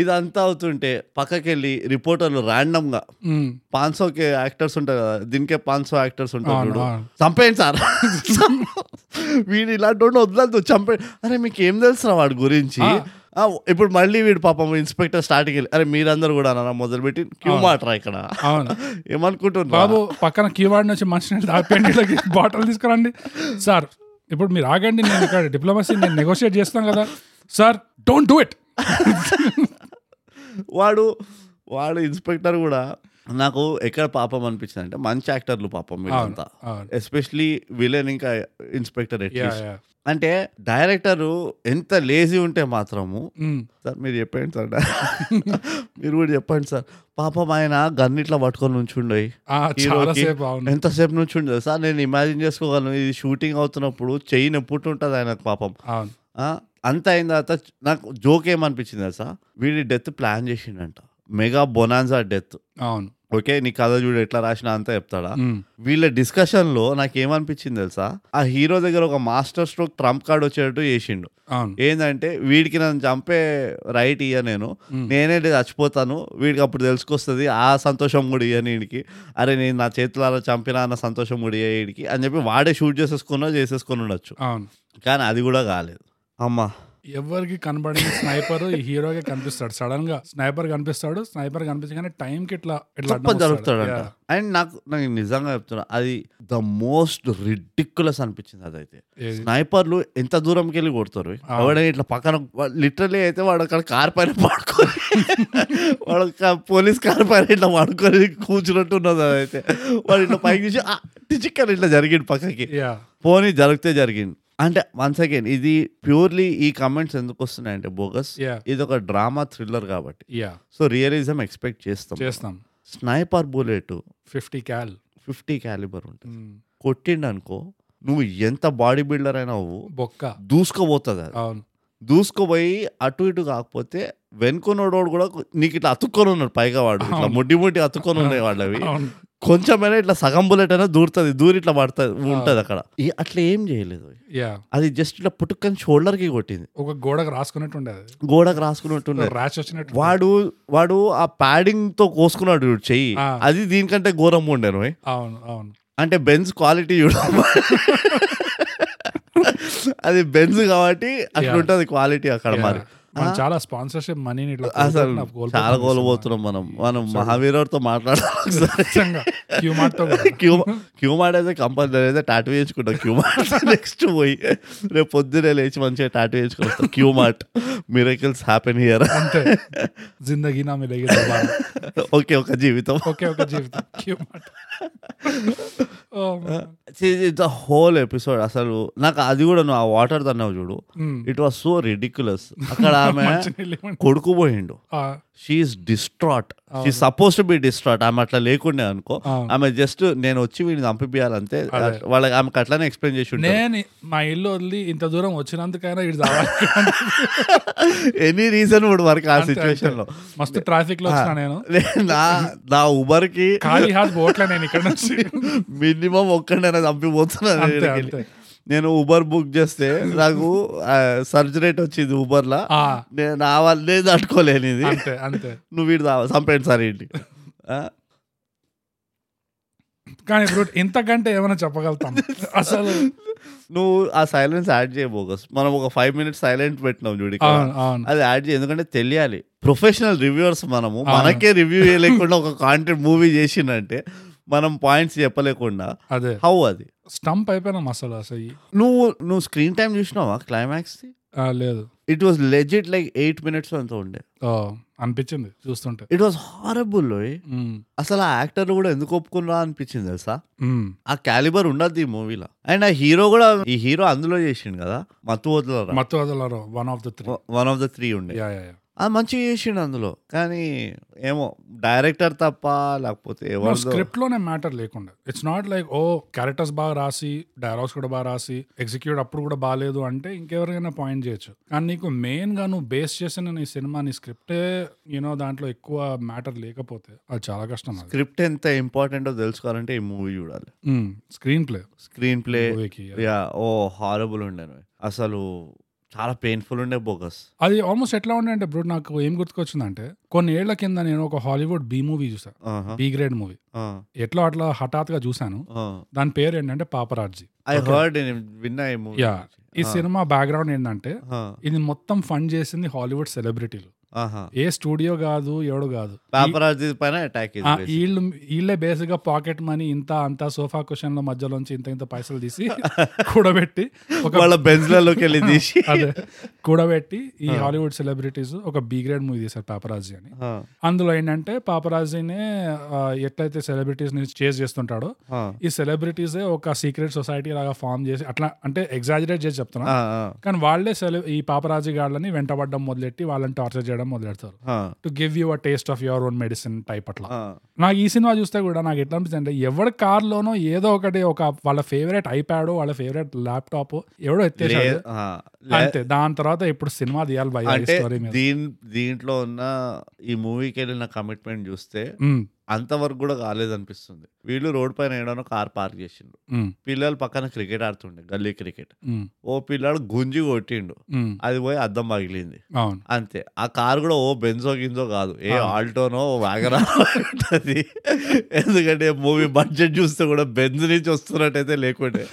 S2: ఇదంతా అవుతుంటే పక్కకెళ్ళి రిపోర్టర్లు ర్యాండమ్గా
S1: ఉమ్.
S2: పాంచ్ కే యాక్టర్స్ ఉంటారు కదా దీనికే పాంచ్ యాక్టర్స్ ఉంటారు
S1: అవును,
S2: చూడు
S1: అవును.
S2: చంపేయండి సార్ వీడు ఇలాంటి వాడిని వదలద్దు చంపే అరే మీకు ఏం తెలుసు వాడి గురించి
S1: ఆ.
S2: ఆ, ఇప్పుడు మళ్ళీ వీడు పాపం ఇన్స్పెక్టర్ స్టార్టింగ్ వెళ్ళి అరే మీరందరూ కూడా అన్న మొదలుపెట్టి క్యూ మాటరా ఇక్కడ
S1: అవును బాబు
S2: ఏమనుకుంటున్నారు
S1: పక్కన కీవాడ్ నుంచి మంచినీళ్ళు దాపేయండి ఇలాగే బాటిల్ తీసుకురండి సార్ ఇప్పుడు మీరు ఆగండి నేను ఇక్కడ డిప్లొమసీ నేను నెగోషియేట్ చేస్తాను కదా సార్ డోంట్ డూ ఇట్
S2: వాడు వాడు ఇన్స్పెక్టర్ కూడా నాకు ఎక్కడ పాపం అనిపించింది అంటే మంచి యాక్టర్లు పాపం వీళ్ళంతా
S1: అవును.
S2: ఎస్పెషలీ విలన్ ఇంకా ఇన్స్పెక్టర్ ఎట్లీస్ట్ అంటే డైరెక్టరు ఎంత లేజీ ఉంటే మాత్రము సార్ మీరు చెప్పండి సార్ మీరు కూడా చెప్పండి సార్ పాపం ఆయన గన్ ఇట్లా పట్టుకొని నుంచుండయి
S1: చాలా సేపు అవును
S2: ఎంతసేపు నుంచి ఉండదు సార్ నేను ఇమాజిన్ చేసుకోగలను ఇది షూటింగ్ అవుతున్నప్పుడు చెయ్యి నొప్పుంటు ఉంటుంది ఆయనకు పాపం
S1: అవును
S2: ఆ, అంత అయిన తర్వాత నాకు జోక్ ఏమనిపించింది సార్ వీడి డెత్ ప్లాన్ చేసిండంట మెగా బొనాన్సా డెత్
S1: అవును
S2: ఓకే నీ కథ చూడు ఎట్లా రాసినా అంతా చెప్తాడా
S1: ఉమ్.
S2: వీళ్ళ డిస్కషన్ లో నాకు ఏమనిపించింది తెలుసా ఆ హీరో దగ్గర ఒక మాస్టర్ స్ట్రోక్ ట్రంప్ కార్డ్ వచ్చేటట్టు చేసిండు
S1: అవును
S2: ఏంటంటే వీడికి నన్ను చంపే రైట్ ఇయ్య నేను నేనే చచ్చిపోతాను వీడికి అప్పుడు తెలుసుకొస్తుంది ఆ సంతోషం కూడా ఇయ్యను వీడికి అరే నేను నా చేతుల చంపినా అన్న సంతోషం కూడా ఇయ్య వీడికి అని చెప్పి వాడే షూట్ చేసేసుకున్నా చేసేసుకొని ఉండొచ్చు
S1: అవును
S2: కానీ అది కూడా కాలేదు అమ్మా
S1: ఎవరికి కనబడిన స్నైపర్ ఈ హీరోగా కనిపిస్తాడు సడన్ గా స్నైపర్ కనిపిస్తాడు స్నైపర్ కనిపించగానే టైం కి ఇట్లా ఇట్లా అడ్డం
S2: తప్ప
S1: వస్తాడు.
S2: జరుపుతాడంట
S1: Yeah.
S2: అండ్ నాకు నాకు నిజంగా చెప్తున్నా అది ద మోస్ట్ రిడిక్యులస్ అనిపించింది అదైతే
S1: ఏది?
S2: స్నైపర్లు ఎంత దూరంకి వెళ్ళి కొడతారు ఎవడైనా ఇట్లా పక్కన లిటరలీ అయితే వాడు అక్కడ కార్ పైన పడుకొని వాడు ఒక పోలీస్ కార్ పైన ఇట్లా పడుకొని కూర్చున్నట్టు ఉన్నది అదైతే వాడు ఇట్లా పైకి చూసి టిచిక్ అని ఇట్లా జరిగింది పక్కకి
S1: Yeah.
S2: పోనీ జరిగితే జరిగింది అంటే వన్స్ అగైన్ ఇది ప్యూర్లీ ఈ కమెంట్స్ ఎందుకు వస్తున్నాయంటే బోగస్
S1: Yeah.
S2: ఇది ఒక డ్రామా థ్రిల్లర్ కాబట్టి
S1: యా
S2: సో రియలిజం ఎక్స్పెక్ట్ చేస్తాం
S1: చేస్తాం
S2: sniper bullet
S1: fifty cal
S2: fifty calibre ఉంటుంది కొట్టిండు అనుకో నువ్వు ఎంత బాడీ బిల్డర్ అయినా అవ్వు
S1: బొక్క
S2: దూసుకోబోతుంది అది
S1: అవును
S2: దూసుకోపోయి అటు ఇటు కాకపోతే వెనుకొన్నోడోడు కూడా నీకు ఇట్లా అతుక్కొని ఉన్నాడు పైగా వాడు ఇట్లా
S1: అవును.
S2: ముడ్డి ముడ్డి అతుక్కొని ఉండేవాళ్ళు అవి
S1: అవును
S2: కొంచెమైనా ఇట్లా సగం బుల్లెట్ అయినా దూరుతుంది దూరి ఇట్లా పడుతుంది ఉంటుంది అక్కడ ఈ- అట్లా ఏం చేయలేదు
S1: యా
S2: అది జస్ట్ ఇట్లా పుట్టుకొని షోల్డర్కి కొట్టింది
S1: ఒక గోడకు రాసుకున్నట్టు ఉండేది
S2: గోడకు రాసుకున్నట్టున్నది
S1: ర్యాష్ వచ్చినట్టు
S2: వాడు వాడు ఆ ప్యాడింగ్ తో కోసుకున్నాడు చూడు చెయ్యి
S1: ఆ.
S2: అది దీనికంటే ఘోరంగా ఉండేను ఓయ్.
S1: అవును అవును
S2: అంటే బెన్స్ క్వాలిటీ చూడ అది బెన్స్ కాబట్టి అట్లా
S1: Yeah.
S2: ఉంటుంది క్వాలిటీ అక్కడ
S1: Yeah.
S2: మరి
S1: మనం చాలా స్పాన్సర్షిప్ మనీని ఇట్లా
S2: అసలు
S1: కోల్పోతున్నాం, కోల్పోతున్నాం
S2: చాలా
S1: అసలు.
S2: కోల్పోతున్నాం మనం మనం మహావీరతో మాట్లాడాలి ఒకసారి.
S1: నిజంగా. Qmart తో కూడా.
S2: క్యూమా క్యూమార్ట్ అయితే కంపల్సరీ అయితే టాటూ వేయించుకుంటాం క్యూమార్ట్ నెక్స్ట్ పోయి రేపు పొద్దునే లేచి మంచిగా టాటూ వేయించుకుంటాం క్యూమార్ట్ మిరకల్స్ హ్యాపెన్ హియర్
S1: అంతే జిందగీ నా మీద
S2: ఓకే ఒక జీవితం
S1: ఓకే ఓకే జీవితం Qmart. Oh, man.
S2: The whole episode అసలు నాకు అది కూడా నువ్వు ఆ వాటర్ తన్నావు చూడు
S1: Mm.
S2: It was so ridiculous అక్కడ ఆమె
S1: మంచినీళ్ళు ఇవ్వండి.
S2: కొడుకు పోయిండు
S1: ఆ,
S2: she is distraught she suppose to be distraught ఆమె అట్లా లేకుండే అనుకో
S1: అవును.
S2: ఆమె జస్ట్ నేను వచ్చి వీడిని చంపిపియాలంతే
S1: అదే.
S2: వాళ్ళకి ఆమెకు అట్లానే ఎక్స్ప్లెయిన్ చేసి ఉంటాను
S1: నేను మా ఇల్లు వదిలి ఇంత దూరం వచ్చినందుకైనా ఇది రావాలి
S2: ఎనీ రీజన్ వుడ్ వర్క్ ఆ
S1: అంతే,
S2: సిచ్యువేషన్ లో
S1: మస్తు ట్రాఫిక్ లో వచ్చినా నేను
S2: నే- నా నా ఉబర్ కి
S1: ఖాళీ హాత్ పోవట్లే నేను ఇక్కడ నుంచి
S2: మినిమం ఒక్కడైనా చంపిపోతున్నాను
S1: అంతే
S2: ఈడకెళ్ళి.
S1: అంతే
S2: నేను ఉబర్ బుక్ చేస్తే నాకు సర్జ్ రేట్ వచ్చింది ఉబర్ లా
S1: ఆ,
S2: నేను నా వల్ల నేను తట్టుకోలేను ఇది
S1: అంతే అంతే
S2: నువ్వు వీడు రావాలి చంపేయండి సార్ ఇంటి
S1: కానీ ఇప్పుడు ఇంతకంటే ఏమైనా చెప్పగలుగుతాం అసలు
S2: నువ్వు ఆ సైలెన్స్ యాడ్ చేయబోగస్ మనం ఒక ఫైవ్ మినిట్స్ సైలెంట్ పెట్టినాం చూడు ఇక్కడ.
S1: అవును అవును
S2: అది యాడ్ చేయ ఎందుకంటే తెలియాలి ప్రొఫెషనల్ రివ్యూవర్స్ మనము
S1: అవును.
S2: మనకే రివ్యూ చేయలేకుండా ఒక కాంటెంట్ మూవీ చేసిందంటే మనం పాయింట్స్ చెప్పలేకుండా
S1: అదే
S2: హౌ అది
S1: స్టంప్ అయిపోయినాం అసలు అసలు ఈ-
S2: నువ్వు నువ్వు స్క్రీన్ టైం చూసినావా క్లైమాక్స్
S1: ఆ, లేదు
S2: it was legit like eight minutes అంతా ఉండే
S1: ఓ, అనిపించింది చూస్తుంటే
S2: ఇట్ వాస్ హారబుల్
S1: ఉమ్,
S2: అసలు ఆ యాక్టర్ కూడా ఎందుకు ఒప్పుకున్నా అనిపించింది తెలుసా
S1: ఉమ్,
S2: ఆ క్యాలిబర్ ఉండదు ఈ మూవీలో అండ్ ఆ హీరో కూడా ఈ హీరో అందులో చేసిండు కదా మత్తు Vadalara
S1: Mathu Vadalaru one of the three
S2: one of the three ఉండే
S1: యా యా యా.
S2: అది మంచిగా చేసిండు అందులో కానీ ఏమో డైరెక్టర్ తప్ప లేకపోతే ఎవరు
S1: స్క్రిప్ట్ లోనే మ్యాటర్ లేకుండా ఇట్స్ నాట్ లైక్ ఓ క్యారెక్టర్స్ బాగా రాసి డైలాగ్స్ కూడా బాగా రాసి ఎగ్జిక్యూట్ అప్పుడు కూడా బాగాలేదు అంటే ఇంకెవరికైనా పాయింట్ చేయొచ్చు కానీ నీకు మెయిన్ గా నువ్వు బేస్ చేసిన నీ సినిమా నీ స్క్రిప్టే యూనో దాంట్లో ఎక్కువ మ్యాటర్ లేకపోతే అది చాలా కష్టం అది
S2: స్క్రిప్ట్ ఎంత ఇంపార్టెంటో తెలుసుకోవాలంటే ఈ మూవీ చూడాలి
S1: స్క్రీన్ ప్లే
S2: స్క్రీన్ ప్లే
S1: మూవీకి
S2: యా ఓ హారబుల్ ఉండేను అసలు చాలా పెయిన్ఫుల్ ఉండే బోగస్
S1: అది ఆల్మోస్ట్ ఎట్లా ఉండే అంటే బ్రో నాకు ఏం గుర్తుకొచ్చిందంటే కొన్ని ఏళ్ల కింద నేను ఒక హాలీవుడ్ బి మూవీ చూసాను బి గ్రేడ్ మూవీ
S2: Uh-huh.
S1: ఎట్లా అట్లా హఠాత్గా చూసాను దాని పేరు ఏంటంటే పాపరాజీ
S2: ఐ హర్డ్ విన్నా ఈ Uh-huh. మూవీ
S1: యా ఈ సినిమా బ్యాక్గ్రౌండ్ ఏంటంటే ఇది మొత్తం ఫండ్ చేసింది హాలీవుడ్ సెలబ్రిటీలు ఏ స్టూడియో కాదు ఎవడు కాదు
S2: పేపరాజీ Uh-huh. పైన అటాక్
S1: ఆ,
S2: ఇది
S1: వీళ్ళు వీళ్ళే బేసిక్ గా పాకెట్ మనీ ఇంత అంత సోఫా క్వశ్చన్ లో మధ్యలోంచి ఇంత ఇంత పైసలు తీసి కూడబెట్టి ఒక
S2: వాళ్ళ బెంజ్ లలోకి వెళ్ళి తీసి
S1: అదే కూడబెట్టి ఈ హాలీవుడ్ సెలబ్రిటీస్ ఒక బి గ్రేడ్ మూవీ తీశారు పాపరాజీ అని
S2: ఆ,
S1: అందులో ఏంటంటే పాపరాజీనే ఆ, ఎట్లయితే సెలబ్రిటీస్ ని చేజ్ చేస్తుంటాడో
S2: ఆ,
S1: ఈ సెలబ్రిటీసే ఒక సీక్రెట్ సొసైటీ లాగా ఫామ్ చేసి అట్లా అంటే ఎగ్జాజరేట్ చేసి చెప్తున్నా
S2: ఆ,
S1: కానీ వాళ్ళే సెల ఈ పాపరాజీ గాళ్ళని వెంటబడడం మొదలెట్టి వాళ్ళని టార్చర్ చేయడం మొదలెడతారు
S2: ఆ,
S1: to give you a taste of your own medicine type అట్లా
S2: ఆ,
S1: నాకు ఈ సినిమా చూస్తే కూడా నాకు ఎట్లా అనిపిస్తుంది అంటే ఎవరి కార్లోనో ఏదో ఒకటి ఒక వాళ్ళ ఫేవరెట్ ఐప్యాడ్ వాళ్ళ ఫేవరెట్ ల్యాప్టాప్ ఎవడో ఎత్తేసాడు
S2: లే- ఆ, లే-
S1: అంతే దాని తర్వాత ఇప్పుడు సినిమా తీయాలి భయ
S2: అంటే
S1: స్టోరీ మీద
S2: దీని దీంట్లో ఉన్న ఈ మూవీకి వెళ్ళిన కమిట్మెంట్ చూస్తే
S1: ఉమ్,
S2: అంతవరకు కూడా కాలేదనిపిస్తుంది వీళ్ళు రోడ్ పైన ఏడానో కార్ పార్క్ చేసిండు
S1: ఉమ్,
S2: పిల్లలు పక్కన క్రికెట్ ఆడుతుండే గల్లీ క్రికెట్
S1: ఉమ్,
S2: ఓ పిల్లాడు గుంజి కొట్టిండు
S1: ఉమ్,
S2: అది పోయి అద్దం పగిలింది
S1: అవును
S2: అంతే ఆ కార్ కూడా ఓ బెంజో గింజో కాదు ఏ ఆల్టోనో వ్యాగరా ఉంటుంది ఎందుకంటే మూవీ బడ్జెట్ చూస్తే కూడా బెంజ్ నుంచి వస్తున్నట్టయితే లేకుండే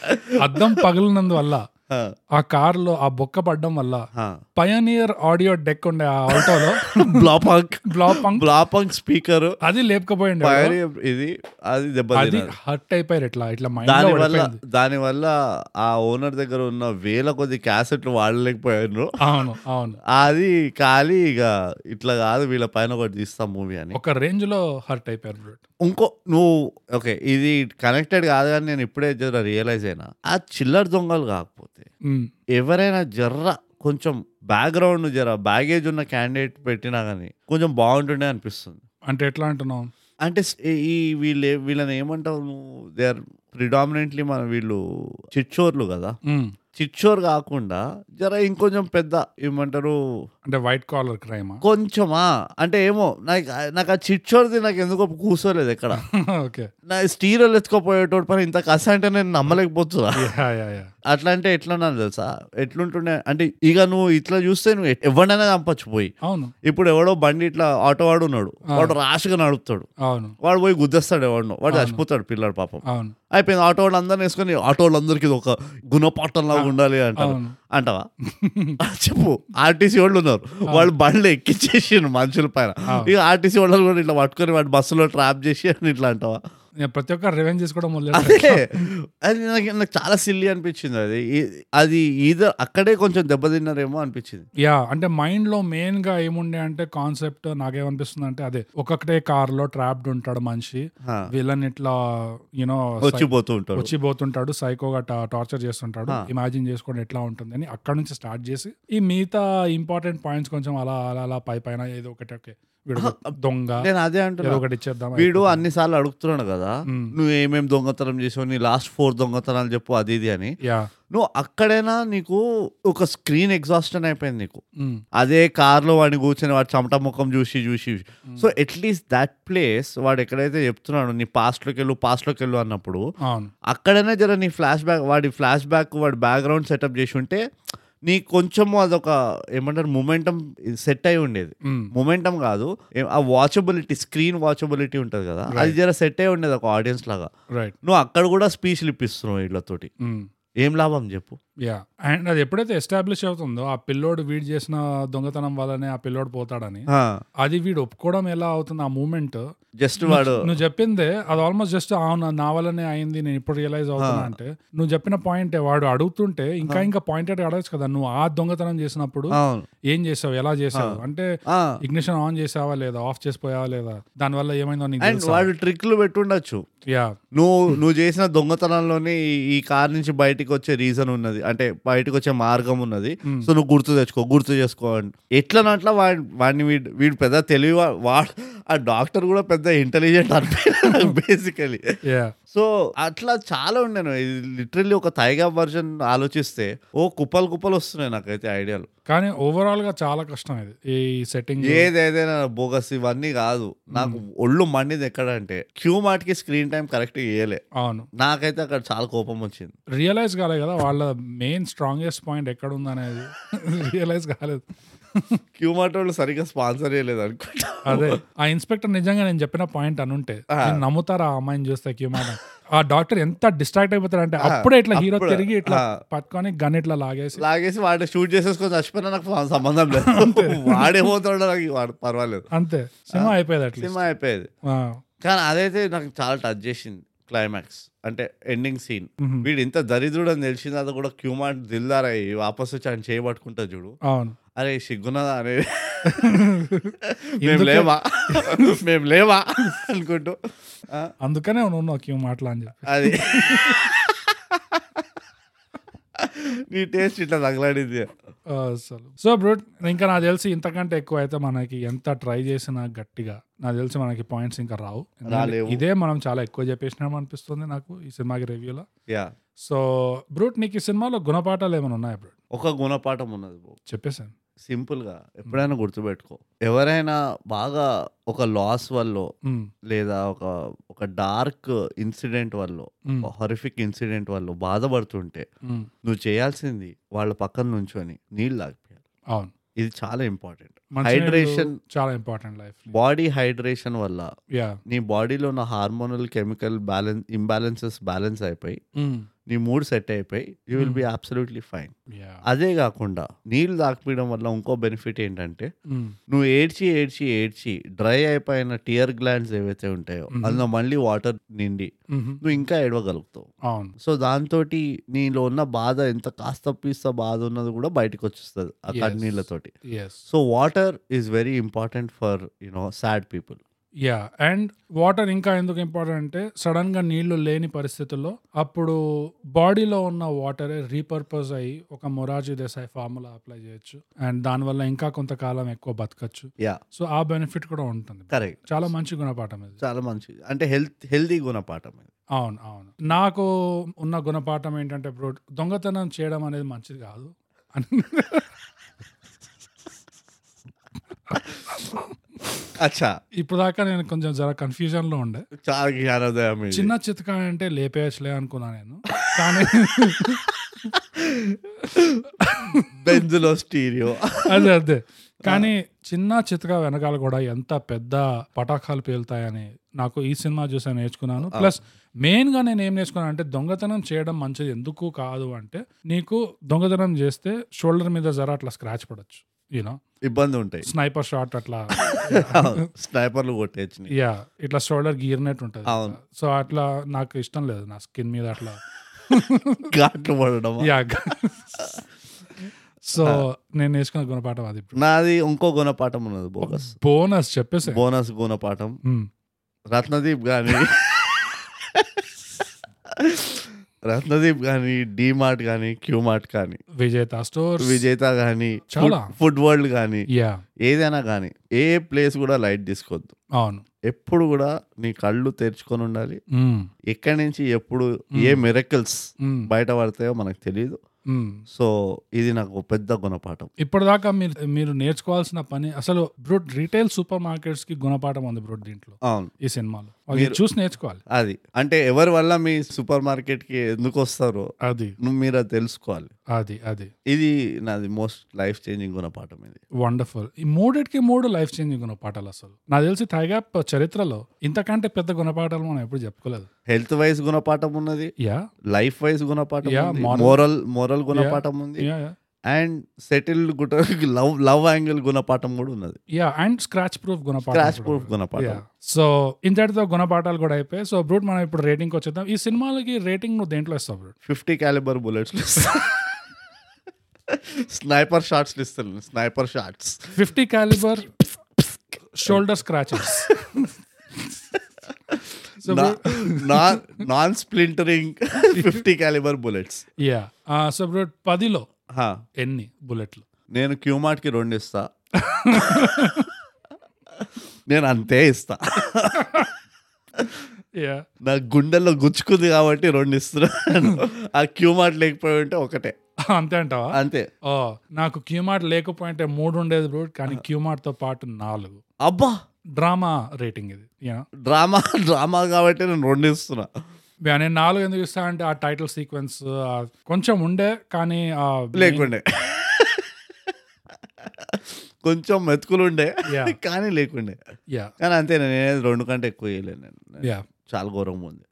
S1: అద్దం పగిలినందువల్ల
S2: ఆ,
S1: ఆ కార్లో ఆ బొక్క పడడం వల్ల
S2: ఆ.
S1: పయనీర్ ఆడియో డెక్ ఉండే ఆ ఆల్టోలో
S2: బ్లాపంక్
S1: బ్లాపంక్
S2: బ్లాపంక్ స్పీకర్
S1: అది లేపకపోయింది
S2: ఫైర్ ఇది అది
S1: అది
S2: దెబ్బతిన్నది
S1: హర్ట్ అయిపోయారు ఇట్లా ఇట్లా
S2: దాని వల్ల
S1: మైండ్
S2: దాని వల్ల ఆ ఓనర్ దగ్గర ఉన్న వేల కొద్ది క్యాసెట్లు వాడలేకపోయారు
S1: అవును అవును
S2: అది ఖాళీ ఇక ఇట్లా కాదు వీళ్ళ పైన ఒకటి తీస్తాం మూవీ అని
S1: ఒక రేంజ్ లో హర్ట్ అయిపోయారు బ్రూట్
S2: ఇంకో నువ్వు ఓకే ఇది కనెక్టెడ్ కాదు కానీ నేను ఇప్పుడే జర రియలైజ్ అయినా ఆ చిల్లర దొంగలు కాకపోతే
S1: ఉమ్,
S2: ఎవరైనా జర్ర కొంచెం బ్యాక్గ్రౌండ్ జర బ్యాగేజ్ ఉన్న క్యాండిడేట్ పెట్టినా కానీ కొంచెం బాగుంటుండే అనిపిస్తుంది
S1: అంటే ఎట్లా అంటున్నావు
S2: అంటే స్- ఈ- ఈ వీళ్ళు వీళ్ళని ఏమంటావు నువ్వు దే ఆర్ ప్రిడామినెంట్లీ మన వీళ్ళు చిచ్చోర్లు కదా
S1: ఉమ్,
S2: చిచ్చోర్ కాకుండా జర ఇంకొంచెం పెద్ద ఏమంటారు
S1: అంటే వైట్ కాలర్ క్రైమా
S2: కొంచెమా అంటే ఏమో నాకు నాకు ఆ చిచ్చోర్ది నాకు ఎందుకో కూర్చోలేదు ఎక్కడ
S1: ఓకే
S2: నా స్టీరల్ ఎత్తుకోపోయేటోడు పని ఇంత కస అంటే నేను నమ్మలేకపోతున్నా
S1: యా యా యా
S2: అట్లా అంటే ఎట్లా నాకు తెలుసా ఎట్లుంటుండే అంటే ఇక నువ్వు ఇట్లా చూస్తే నువ్వు ఎట్- ఎవడైనా చంపచ్చు పోయి
S1: అవును
S2: ఇప్పుడు ఎవడో బండి ఇట్లా ఆటో వాడు ఉన్నాడు వాడు రాష్గా నడుపుతాడు
S1: అవును
S2: వాడు పోయి గుద్దేస్తాడు ఎవడో వాడు చచ్చిపోతాడు పిల్లాడు పాపం
S1: అవును
S2: అయిపోయింది ఆటో వాళ్ళు అందరిని వేసుకొని ఆటో వాళ్ళందరికీ ఇది ఒక గుణపాఠంలాగా ఉండాలి అంటారు
S1: అవును
S2: అంటావా చెప్పు ఆర్టీసీ వాళ్ళు ఉన్నారు వాళ్ళు బండ్లు ఎక్కించేసిండ్రు మనుషుల పైన ఇక ఆర్టీసీ వాళ్ళు కూడా ఇట్లా పట్టుకొని వాడు బస్సులో ట్రాప్ చేసి అని ఇట్లా అంటావా
S1: నేను ప్రతి ఒక్క రివెంజ్ తీసుకోవడం మొదలు
S2: అదే అది నాకు నాకు చాలా సిల్లీ అనిపించింది అది ఈ- అది ఈదో అక్కడే కొంచెం దెబ్బతిన్నారేమో అనిపించింది
S1: యా అంటే మైండ్ లో మెయిన్ గా ఏముండే అంటే కాన్సెప్ట్ నాకేమనిపిస్తుంది అంటే అదే ఒక్కొక్కటే కార్ లో ట్రాప్డ్ ఉంటాడు మనిషి
S2: హా.
S1: విలన్ ఇట్లా యూనో
S2: వచ్చిపోతూ ఉంటాడు
S1: వచ్చిపోతుంటాడు సైకోగా టార్చర్ చేస్తుంటాడు ఇమాజిన్ చేసుకోండి ఎట్లా ఉంటుంది అని అక్కడ నుంచి స్టార్ట్ చేసి ఈ మిగతా ఇంపార్టెంట్ పాయింట్స్ కొంచెం అలా అలా అలా పై పైన ఏదో ఒకటి ఓకే వీడు ఒక దొంగ
S2: నేను అదే
S1: ఏదో
S2: అంటున్నా
S1: ఒకటి ఇచ్చేద్దాం
S2: వీడు అన్ని సార్లు అడుగుతున్నాడు కదా
S1: మ్మ్.
S2: నువ్వు ఏమేం దొంగతనం చేసావు నీ లాస్ట్ ఫోర్ దొంగతనాలు చెప్పు అది ఇది అని
S1: యా
S2: నువ్వు అక్కడైనా నీకు ఒక స్క్రీన్ ఎగ్జాస్టన్ అయిపోయింది నీకు అదే కార్లో వాడిని కూర్చొని వాడు చెమట ముఖం చూసి చూసి సో అట్లీస్ట్ దట్ ప్లేస్ వాడు ఎక్కడైతే చెప్తున్నాడు నీ పాస్ట్లోకి వెళ్ళు పాస్ట్లోకి వెళ్ళు అన్నప్పుడు
S1: అవును
S2: అక్కడనే జర నీ ఫ్లాష్ బ్యాక్ వాడి ఫ్లాష్ బ్యాక్ వాడి బ్యాక్గ్రౌండ్ సెటప్ చేసి ఉంటే నీ కొంచెము అదొక ఏమంటారు మొమెంటం సెట్ అయి ఉండేది
S1: ఉమ్,
S2: మొమెంటం కాదు ఏ- ఆ వాచబిలిటీ స్క్రీన్ వాచబిలిటీ ఉంటుంది కదా అది జర సెట్ అయి ఉండేది ఒక ఆడియన్స్ లాగా
S1: రైట్
S2: నువ్వు అక్కడ కూడా స్పీచ్లు ఇప్పిస్తున్నావు వీళ్ళతోటి
S1: ఉమ్.
S2: ఏం లాభం చెప్పు
S1: యా అండ్ అది ఎప్పుడైతే ఎస్టాబ్లిష్ అవుతుందో ఆ పిల్లోడు వీడు చేసిన దొంగతనం వల్లనే ఆ పిల్లోడు పోతాడని అది వీడు ఒప్పుకోవడం ఎలా అవుతుంది ఆ మూమెంట్
S2: జస్ట్ వాడు
S1: నువ్వు చెప్పిందే అది ఆల్మోస్ట్ జస్ట్ అవును నా వల్లనే అయింది నేను ఇప్పుడు రియలైజ్ అవుతున్నా అంటే నువ్వు చెప్పిన పాయింటే వాడు అడుగుతుంటే ఇంకా ఇంకా పాయింటెడ్ అడగచ్చు కదా నువ్వు ఆ దొంగతనం చేసినప్పుడు
S2: అవును
S1: ఏం చేసావు ఎలా చేసావు అంటే
S2: ఆ.
S1: ఇగ్నిషన్ ఆన్ చేసావా లేదా ఆఫ్ చేసిపోయావా లేదా దానివల్ల ఏమైందో నీకు
S2: అండ్ వాడు ట్రిక్లు పెట్టుండొచ్చు
S1: యా
S2: నువ్వు నువ్వు చేసిన దొంగతనంలోనే ఈ- ఈ కార్ నుంచి బయటికి వచ్చే రీజన్ ఉన్నది అంటే బయటకు వచ్చే మార్గం ఉన్నది సో నువ్వు గుర్తు తెచ్చుకో గుర్తు చేసుకో అని ఎట్లనట్లా వాడి వాడిని వీడు వీడు పెద్ద తెలివి వా- వాడు ఆ డాక్టర్ కూడా పెద్ద ఇంటెలిజెంట్ అనిపించాడు బేసికలీ
S1: యా
S2: సో అట్లా చాలా ఉండేను ఇది లిటరల్లీ ఒక తైగా వర్జన్ ఆలోచిస్తే ఓ కుప్పలు కుప్పలు వస్తున్నాయి నాకైతే ఐడియాలు
S1: కానీ ఓవరాల్ గా చాలా కష్టం ఇది ఈ సెట్టింగ్
S2: ఏదేదైనా బోగస్ ఇవన్నీ కాదు నాకు ఒళ్ళు మండింది ఎక్కడంటే క్యూ మార్ట్కి స్క్రీన్ టైం కరెక్ట్గా ఇవ్వలే
S1: అవును
S2: నాకైతే అక్కడ చాలా కోపం వచ్చింది
S1: రియలైజ్ కాలేదు కదా వాళ్ళ మెయిన్ స్ట్రాంగెస్ట్ పాయింట్ ఎక్కడ ఉందనేది రియలైజ్ కాలేదు
S2: క్యూ మార్ట్ వాళ్ళు సరిగ్గా స్పాన్సర్ చేయలేదు అనుకుంటా
S1: అదే ఆ ఇన్స్పెక్టర్ నిజంగా నేను చెప్పిన పాయింట్ అనుంటే నేను నమ్ముతారా ఆ అమ్మాయిని చూస్తే క్యూమాన్ ఆ డాక్టర్ ఎంత డిస్ట్రాక్ట్ అయిపోతారు అంటే అప్పుడే ఇట్లా హీరో
S2: అప్పుడే,
S1: తిరిగి ఇట్లా
S2: ఆ.
S1: పట్టుకొని గన్ ఇట్లా లాగేసి
S2: లాగేసి వాడిని షూట్ చేసేసుకొని చచ్చిపోయినా నాకు స- సంబంధం లేదు వాడేమవుతాడో నాకు వాడు పర్వాలేదు
S1: అంతే సినిమా అయిపోయేది అట్లా
S2: సినిమా అయిపోయేది
S1: ఆ,
S2: కానీ అదైతే నాకు చాలా టచ్ చేసింది క్లైమాక్స్ అంటే ఎండింగ్ సీన్ వీడు ఇంత దరిద్రుడు అని తెలిసిన తర్వాత కూడా క్యూమార్ట్ దిల్దారయ్యి వాపస్ వచ్చి ఆయన చేయబట్టుకుంటా చూడు
S1: అవును
S2: అరే సిగ్గున్నదా అనే మేము లేవా మేము లేవా అనుకుంటూ ఆ,
S1: అందుకనే ఉన్నావు క్యూ మాటలు అని చెప్పి
S2: అది నీ టేస్ట్ ఇట్లా తగలాడింది
S1: ఆ, అసలు సో బ్రూట్ ఇంకా నాకు తెలిసి ఇంతకంటే ఎక్కువ అయితే మనకి ఎంత ట్రై చేసినా గట్టిగా నాకు తెలిసి మనకి పాయింట్స్ ఇంకా రావు ఎందుకంటే
S2: రాలేవు.
S1: ఇదే మనం చాలా ఎక్కువ చెప్పేసినాం అనిపిస్తుంది నాకు ఈ సినిమాకి రివ్యూలో
S2: యా
S1: సో బ్రూట్ నీకు ఈ సినిమాలో గుణపాఠాలు ఏమైనా ఉన్నాయా బ్రూట్
S2: ఒక గుణపాఠం ఉన్నది బాబు
S1: చెప్పేసాను
S2: సింపుల్గా ఎప్పుడైనా గుర్తుపెట్టుకో ఎవరైనా బాగా ఒక లాస్ వల్ల
S1: ఉమ్,
S2: లేదా ఒక ఒక డార్క్ ఇన్సిడెంట్ వల్ల
S1: ఉమ్,
S2: హొరిఫిక్ ఇన్సిడెంట్ వల్ల బాధపడుతుంటే
S1: ఉమ్.
S2: నువ్వు చేయాల్సింది వాళ్ళ పక్కన నుంచొని నీళ్ళు తాగిపోయాలి
S1: అవును
S2: ఇది చాలా ఇంపార్టెంట్
S1: మంచినీళ్ళు
S2: హైడ్రేషన్
S1: చాలా ఇంపార్టెంట్ లైఫ్
S2: బాడీ హైడ్రేషన్ వల్ల
S1: యా
S2: నీ బాడీలో ఉన్న hormonal chemical balance imbalances balance అయిపోయి
S1: Mm.
S2: నీ మూడ్ సెట్ అయిపోయి you will be absolutely fine
S1: yeah
S2: అదే కాకుండా నీళ్ళు తాకపోయడం వల్ల ఇంకో బెనిఫిట్ ఏంటంటే
S1: Mm.
S2: నువ్వు ఏడ్చి ఏడ్చి ఏడ్చి డ్రై అయిపోయిన టియర్ గ్లాండ్స్ ఏవైతే ఉంటాయో అందులో మళ్ళీ వాటర్ నిండి నువ్వు ఇంకా ఏడవగలుగుతావు
S1: Mm-hmm. అవును
S2: సో దాంతో నీలో ఉన్న బాధ ఎంత కాస్త పీస్త బాధ ఉన్నది కూడా బయటకు వచ్చేస్తుంది ఆ
S1: Yes.
S2: కన్నీళ్ళతోటి
S1: yes
S2: so water is very important for you know sad people
S1: yeah and water ఇంకా ఎందుకు ఇంపార్టెంట్ అంటే సడన్ గా నీళ్లు లేని పరిస్థితుల్లో అప్పుడు బాడీలో ఉన్న వాటరే రీపర్పస్ అయ్యి ఒక మొరార్జీ దేశాయ్ ఫార్ములా అప్లై చేయొచ్చు అండ్ దానివల్ల ఇంకా కొంతకాలం ఎక్కువ బతకచ్చు
S2: యా
S1: సో ఆ బెనిఫిట్ కూడా ఉంటుంది
S2: కరెక్ట్
S1: చాలా మంచి గుణపాఠం ఇది
S2: చాలా మంచిది అంటే హెల్త్ హెల్దీ గుణపాఠం ఇది
S1: అవును అవును నాకు ఉన్న గుణపాఠం ఏంటంటే బ్రో దొంగతనం చేయడం అనేది మంచిది కాదు అని
S2: అచ్చా
S1: ఇప్పుడు దాకా నేను కొంచెం జర కన్ఫ్యూజన్ లో ఉండే
S2: చాలా జ్ఞానోదయం ఇది.
S1: చిన్న చితకా అంటే లేపేయచ్చులే అనుకున్నా నేను కానీ
S2: బెంజులో స్టీరియో
S1: అదే అదే కానీ చిన్న చితకా వెనకాల కూడా ఎంత పెద్ద పటాకాలు పేలుతాయని నాకు ఈ సినిమా చూసా నేర్చుకున్నాను ప్లస్ మెయిన్ గా నేను ఏం నేర్చుకున్నాను అంటే దొంగతనం చేయడం మంచిది ఎందుకు కాదు అంటే నీకు దొంగతనం చేస్తే షోల్డర్ మీద జర అట్లా స్క్రాచ్ పడచ్చు యూనో
S2: ఇబ్బంది ఉంటాయి
S1: స్నైపర్ షాట్ అట్లా
S2: స్నైపర్లు కొట్టేచ్చినాయి
S1: యా ఇట్లా షోల్డర్ గీరినట్టు ఉంటుంది
S2: అవును.
S1: సో అట్లా నాకు ఇష్టం లేదు నా స్కిన్ మీద అట్లా
S2: ఘాట్లు పడడం
S1: యా సో నేను నేర్చుకున్న గుణపాఠం అది ఇప్పుడు
S2: నాది ఇంకో గుణపాఠం ఉన్నది బోగస్
S1: బోనస్ చెప్పేసి
S2: బోనస్ గుణపాఠం
S1: ఉమ్.
S2: రత్నదీప్ కానీ రత్నదీప్ కానీ డి మార్ట్ కానీ క్యూ మార్ట్ కానీ
S1: విజేత స్టోర్
S2: విజేత కానీ
S1: చాలా.
S2: ఫుడ్ వరల్డ్ కానీ
S1: యా
S2: ఏదైనా కానీ ఏ ప్లేస్ కూడా లైట్ తీసుకోవద్దు
S1: అవును Hmm.
S2: ఎప్పుడు కూడా నీ కళ్ళు తెరుచుకొని ఉండాలి
S1: ఉమ్,
S2: ఎక్కడి నుంచి ఎప్పుడు ఏ మిరకల్స్
S1: ఉమ్,
S2: బయట పడతాయో మనకు తెలియదు
S1: ఉమ్.
S2: సో ఇది నాకు పెద్ద గుణపాఠం
S1: Hmm. ఇప్పటిదాకా మీరు మీరు నేర్చుకోవాల్సిన పని అసలు బ్రో రీటైల్ సూపర్ మార్కెట్స్ కి గుణపాఠం ఉంది బ్రో దీంట్లో
S2: అవును
S1: ఈ సినిమాలో వాళ్ళు ఇది చూసి నేర్చుకోవాలి
S2: అది అంటే ఎవరి వల్ల మీ సూపర్ మార్కెట్ కి ఎందుకు వస్తారో
S1: అది
S2: నువ్వు మీరు అది తెలుసుకోవాలి
S1: అది అది
S2: ఇది నాది మోస్ట్ లైఫ్ చేంజింగ్ గుణపాఠం ఇది
S1: వండర్ఫుల్ ఈ మూడిటికి మూడు లైఫ్ చేంజింగ్ గుణపాఠాలు అసలు నాకు తెలిసి థైగాప్ చరిత్రలో ఇంతకంటే పెద్ద గుణపాఠాలు మనం ఎప్పుడు చెప్పుకోలేదు
S2: హెల్త్ వైజ్ గుణపాఠం ఉన్నది
S1: యా
S2: లైఫ్ వైజ్ గుణపాఠం
S1: Yeah,
S2: ఉంది
S1: moral.
S2: మోరల్ మోరల్ గుణపాఠం ఉంది
S1: యా యా
S2: అండ్ సెటిల్ గుట లవ్ లవ్ యాంగిల్ గుణపాఠం కూడా ఉన్నది
S1: yeah and scratch proof
S2: crash
S1: గుణపాఠం
S2: ప్రూఫ్ గుణపాఠం
S1: సో ఇంతటితో గుణపాఠాలు కూడా అయిపోయాయి సో బ్రూట్ మనం ఇప్పుడు రేటింగ్ వచ్చేద్దాం ఈ సినిమాలకి రేటింగ్ నువ్వు దేంట్లో ఇస్తావు brute
S2: fifty calibre bullets sniper shots ఇస్తాను sniper shots
S1: fifty calibre shoulder scratches so
S2: non splintering fifty calibre bullets
S1: yeah so Uh, brute పదిలో ఎన్ని బుల్లెట్లు
S2: నేను Qmart కి రెండు ఇస్తా నేను అంతే ఇస్తా
S1: యా
S2: నా గుండెల్లో గుచ్చుకుంది కాబట్టి రెండు ఇస్తున్నాను ఆ క్యూమార్ట్ లేకపోయి ఉంటే ఒకటే
S1: అంతే అంటావా
S2: అంతే
S1: ఓ నాకు క్యూమార్ట్ లేకపోయింటే మూడు ఉండేది బ్రూట్ కానీ క్యూమార్ట్ తో పాటు నాలుగు
S2: అబ్బా
S1: డ్రామా రేటింగ్ ఇది యా
S2: డ్రామా డ్రామా కాబట్టి నేను రెండు ఇస్తున్నా
S1: నేను నాలుగు ఎందుకు ఇస్తా అంటే ఆ టైటిల్ సీక్వెన్స్ uh, కొంచెం ఉండే కానీ uh, ఆ
S2: లేకుండే కొంచెం మెతుకులు ఉండే
S1: Yeah.
S2: కానీ లేకుండే
S1: యా
S2: కానీ అంతే నేను ఏది రెండు కంటే ఎక్కువ వేయలేను నేను నేను
S1: యా
S2: చాలా ఘోరంగా ఉంది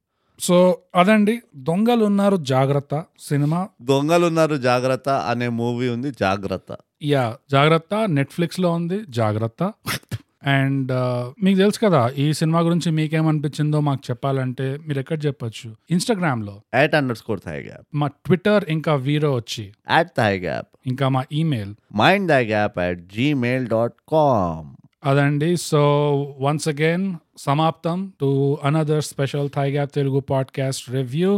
S1: సో అదండి దొంగలు ఉన్నారు జాగ్రత్త సినిమా
S2: దొంగలు ఉన్నారు జాగ్రత్త అనే మూవీ ఉంది జాగ్రత్త
S1: యా జాగ్రత్త నెట్ఫ్లిక్స్ లో ఉంది జాగ్రత్త అండ్ మీకు తెలుసు కదా ఈ సినిమా గురించి మీకేమనిపించిందో మాకు చెప్పాలంటే మీరు ఎక్కడ చెప్పొచ్చు ఇన్స్టాగ్రామ్ లో
S2: at under score thigh gap
S1: మా ట్విట్టర్ ఇంకా వీరో వచ్చి
S2: యాట్ థాయ్ గ్యాప్
S1: ఇంకా మా email
S2: mind Thai gap at Gmail dot com
S1: అదండి సో వన్స్ అగైన్ సమాప్తం to another special thigh gap Telugu podcast review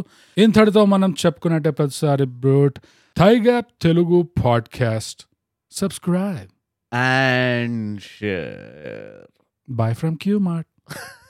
S1: ఇంతటితో మనం చెప్పుకున్నట్టే ప్రతిసారి brute thigh gap Telugu podcast subscribe
S2: and share.
S1: Bye from Q Mart.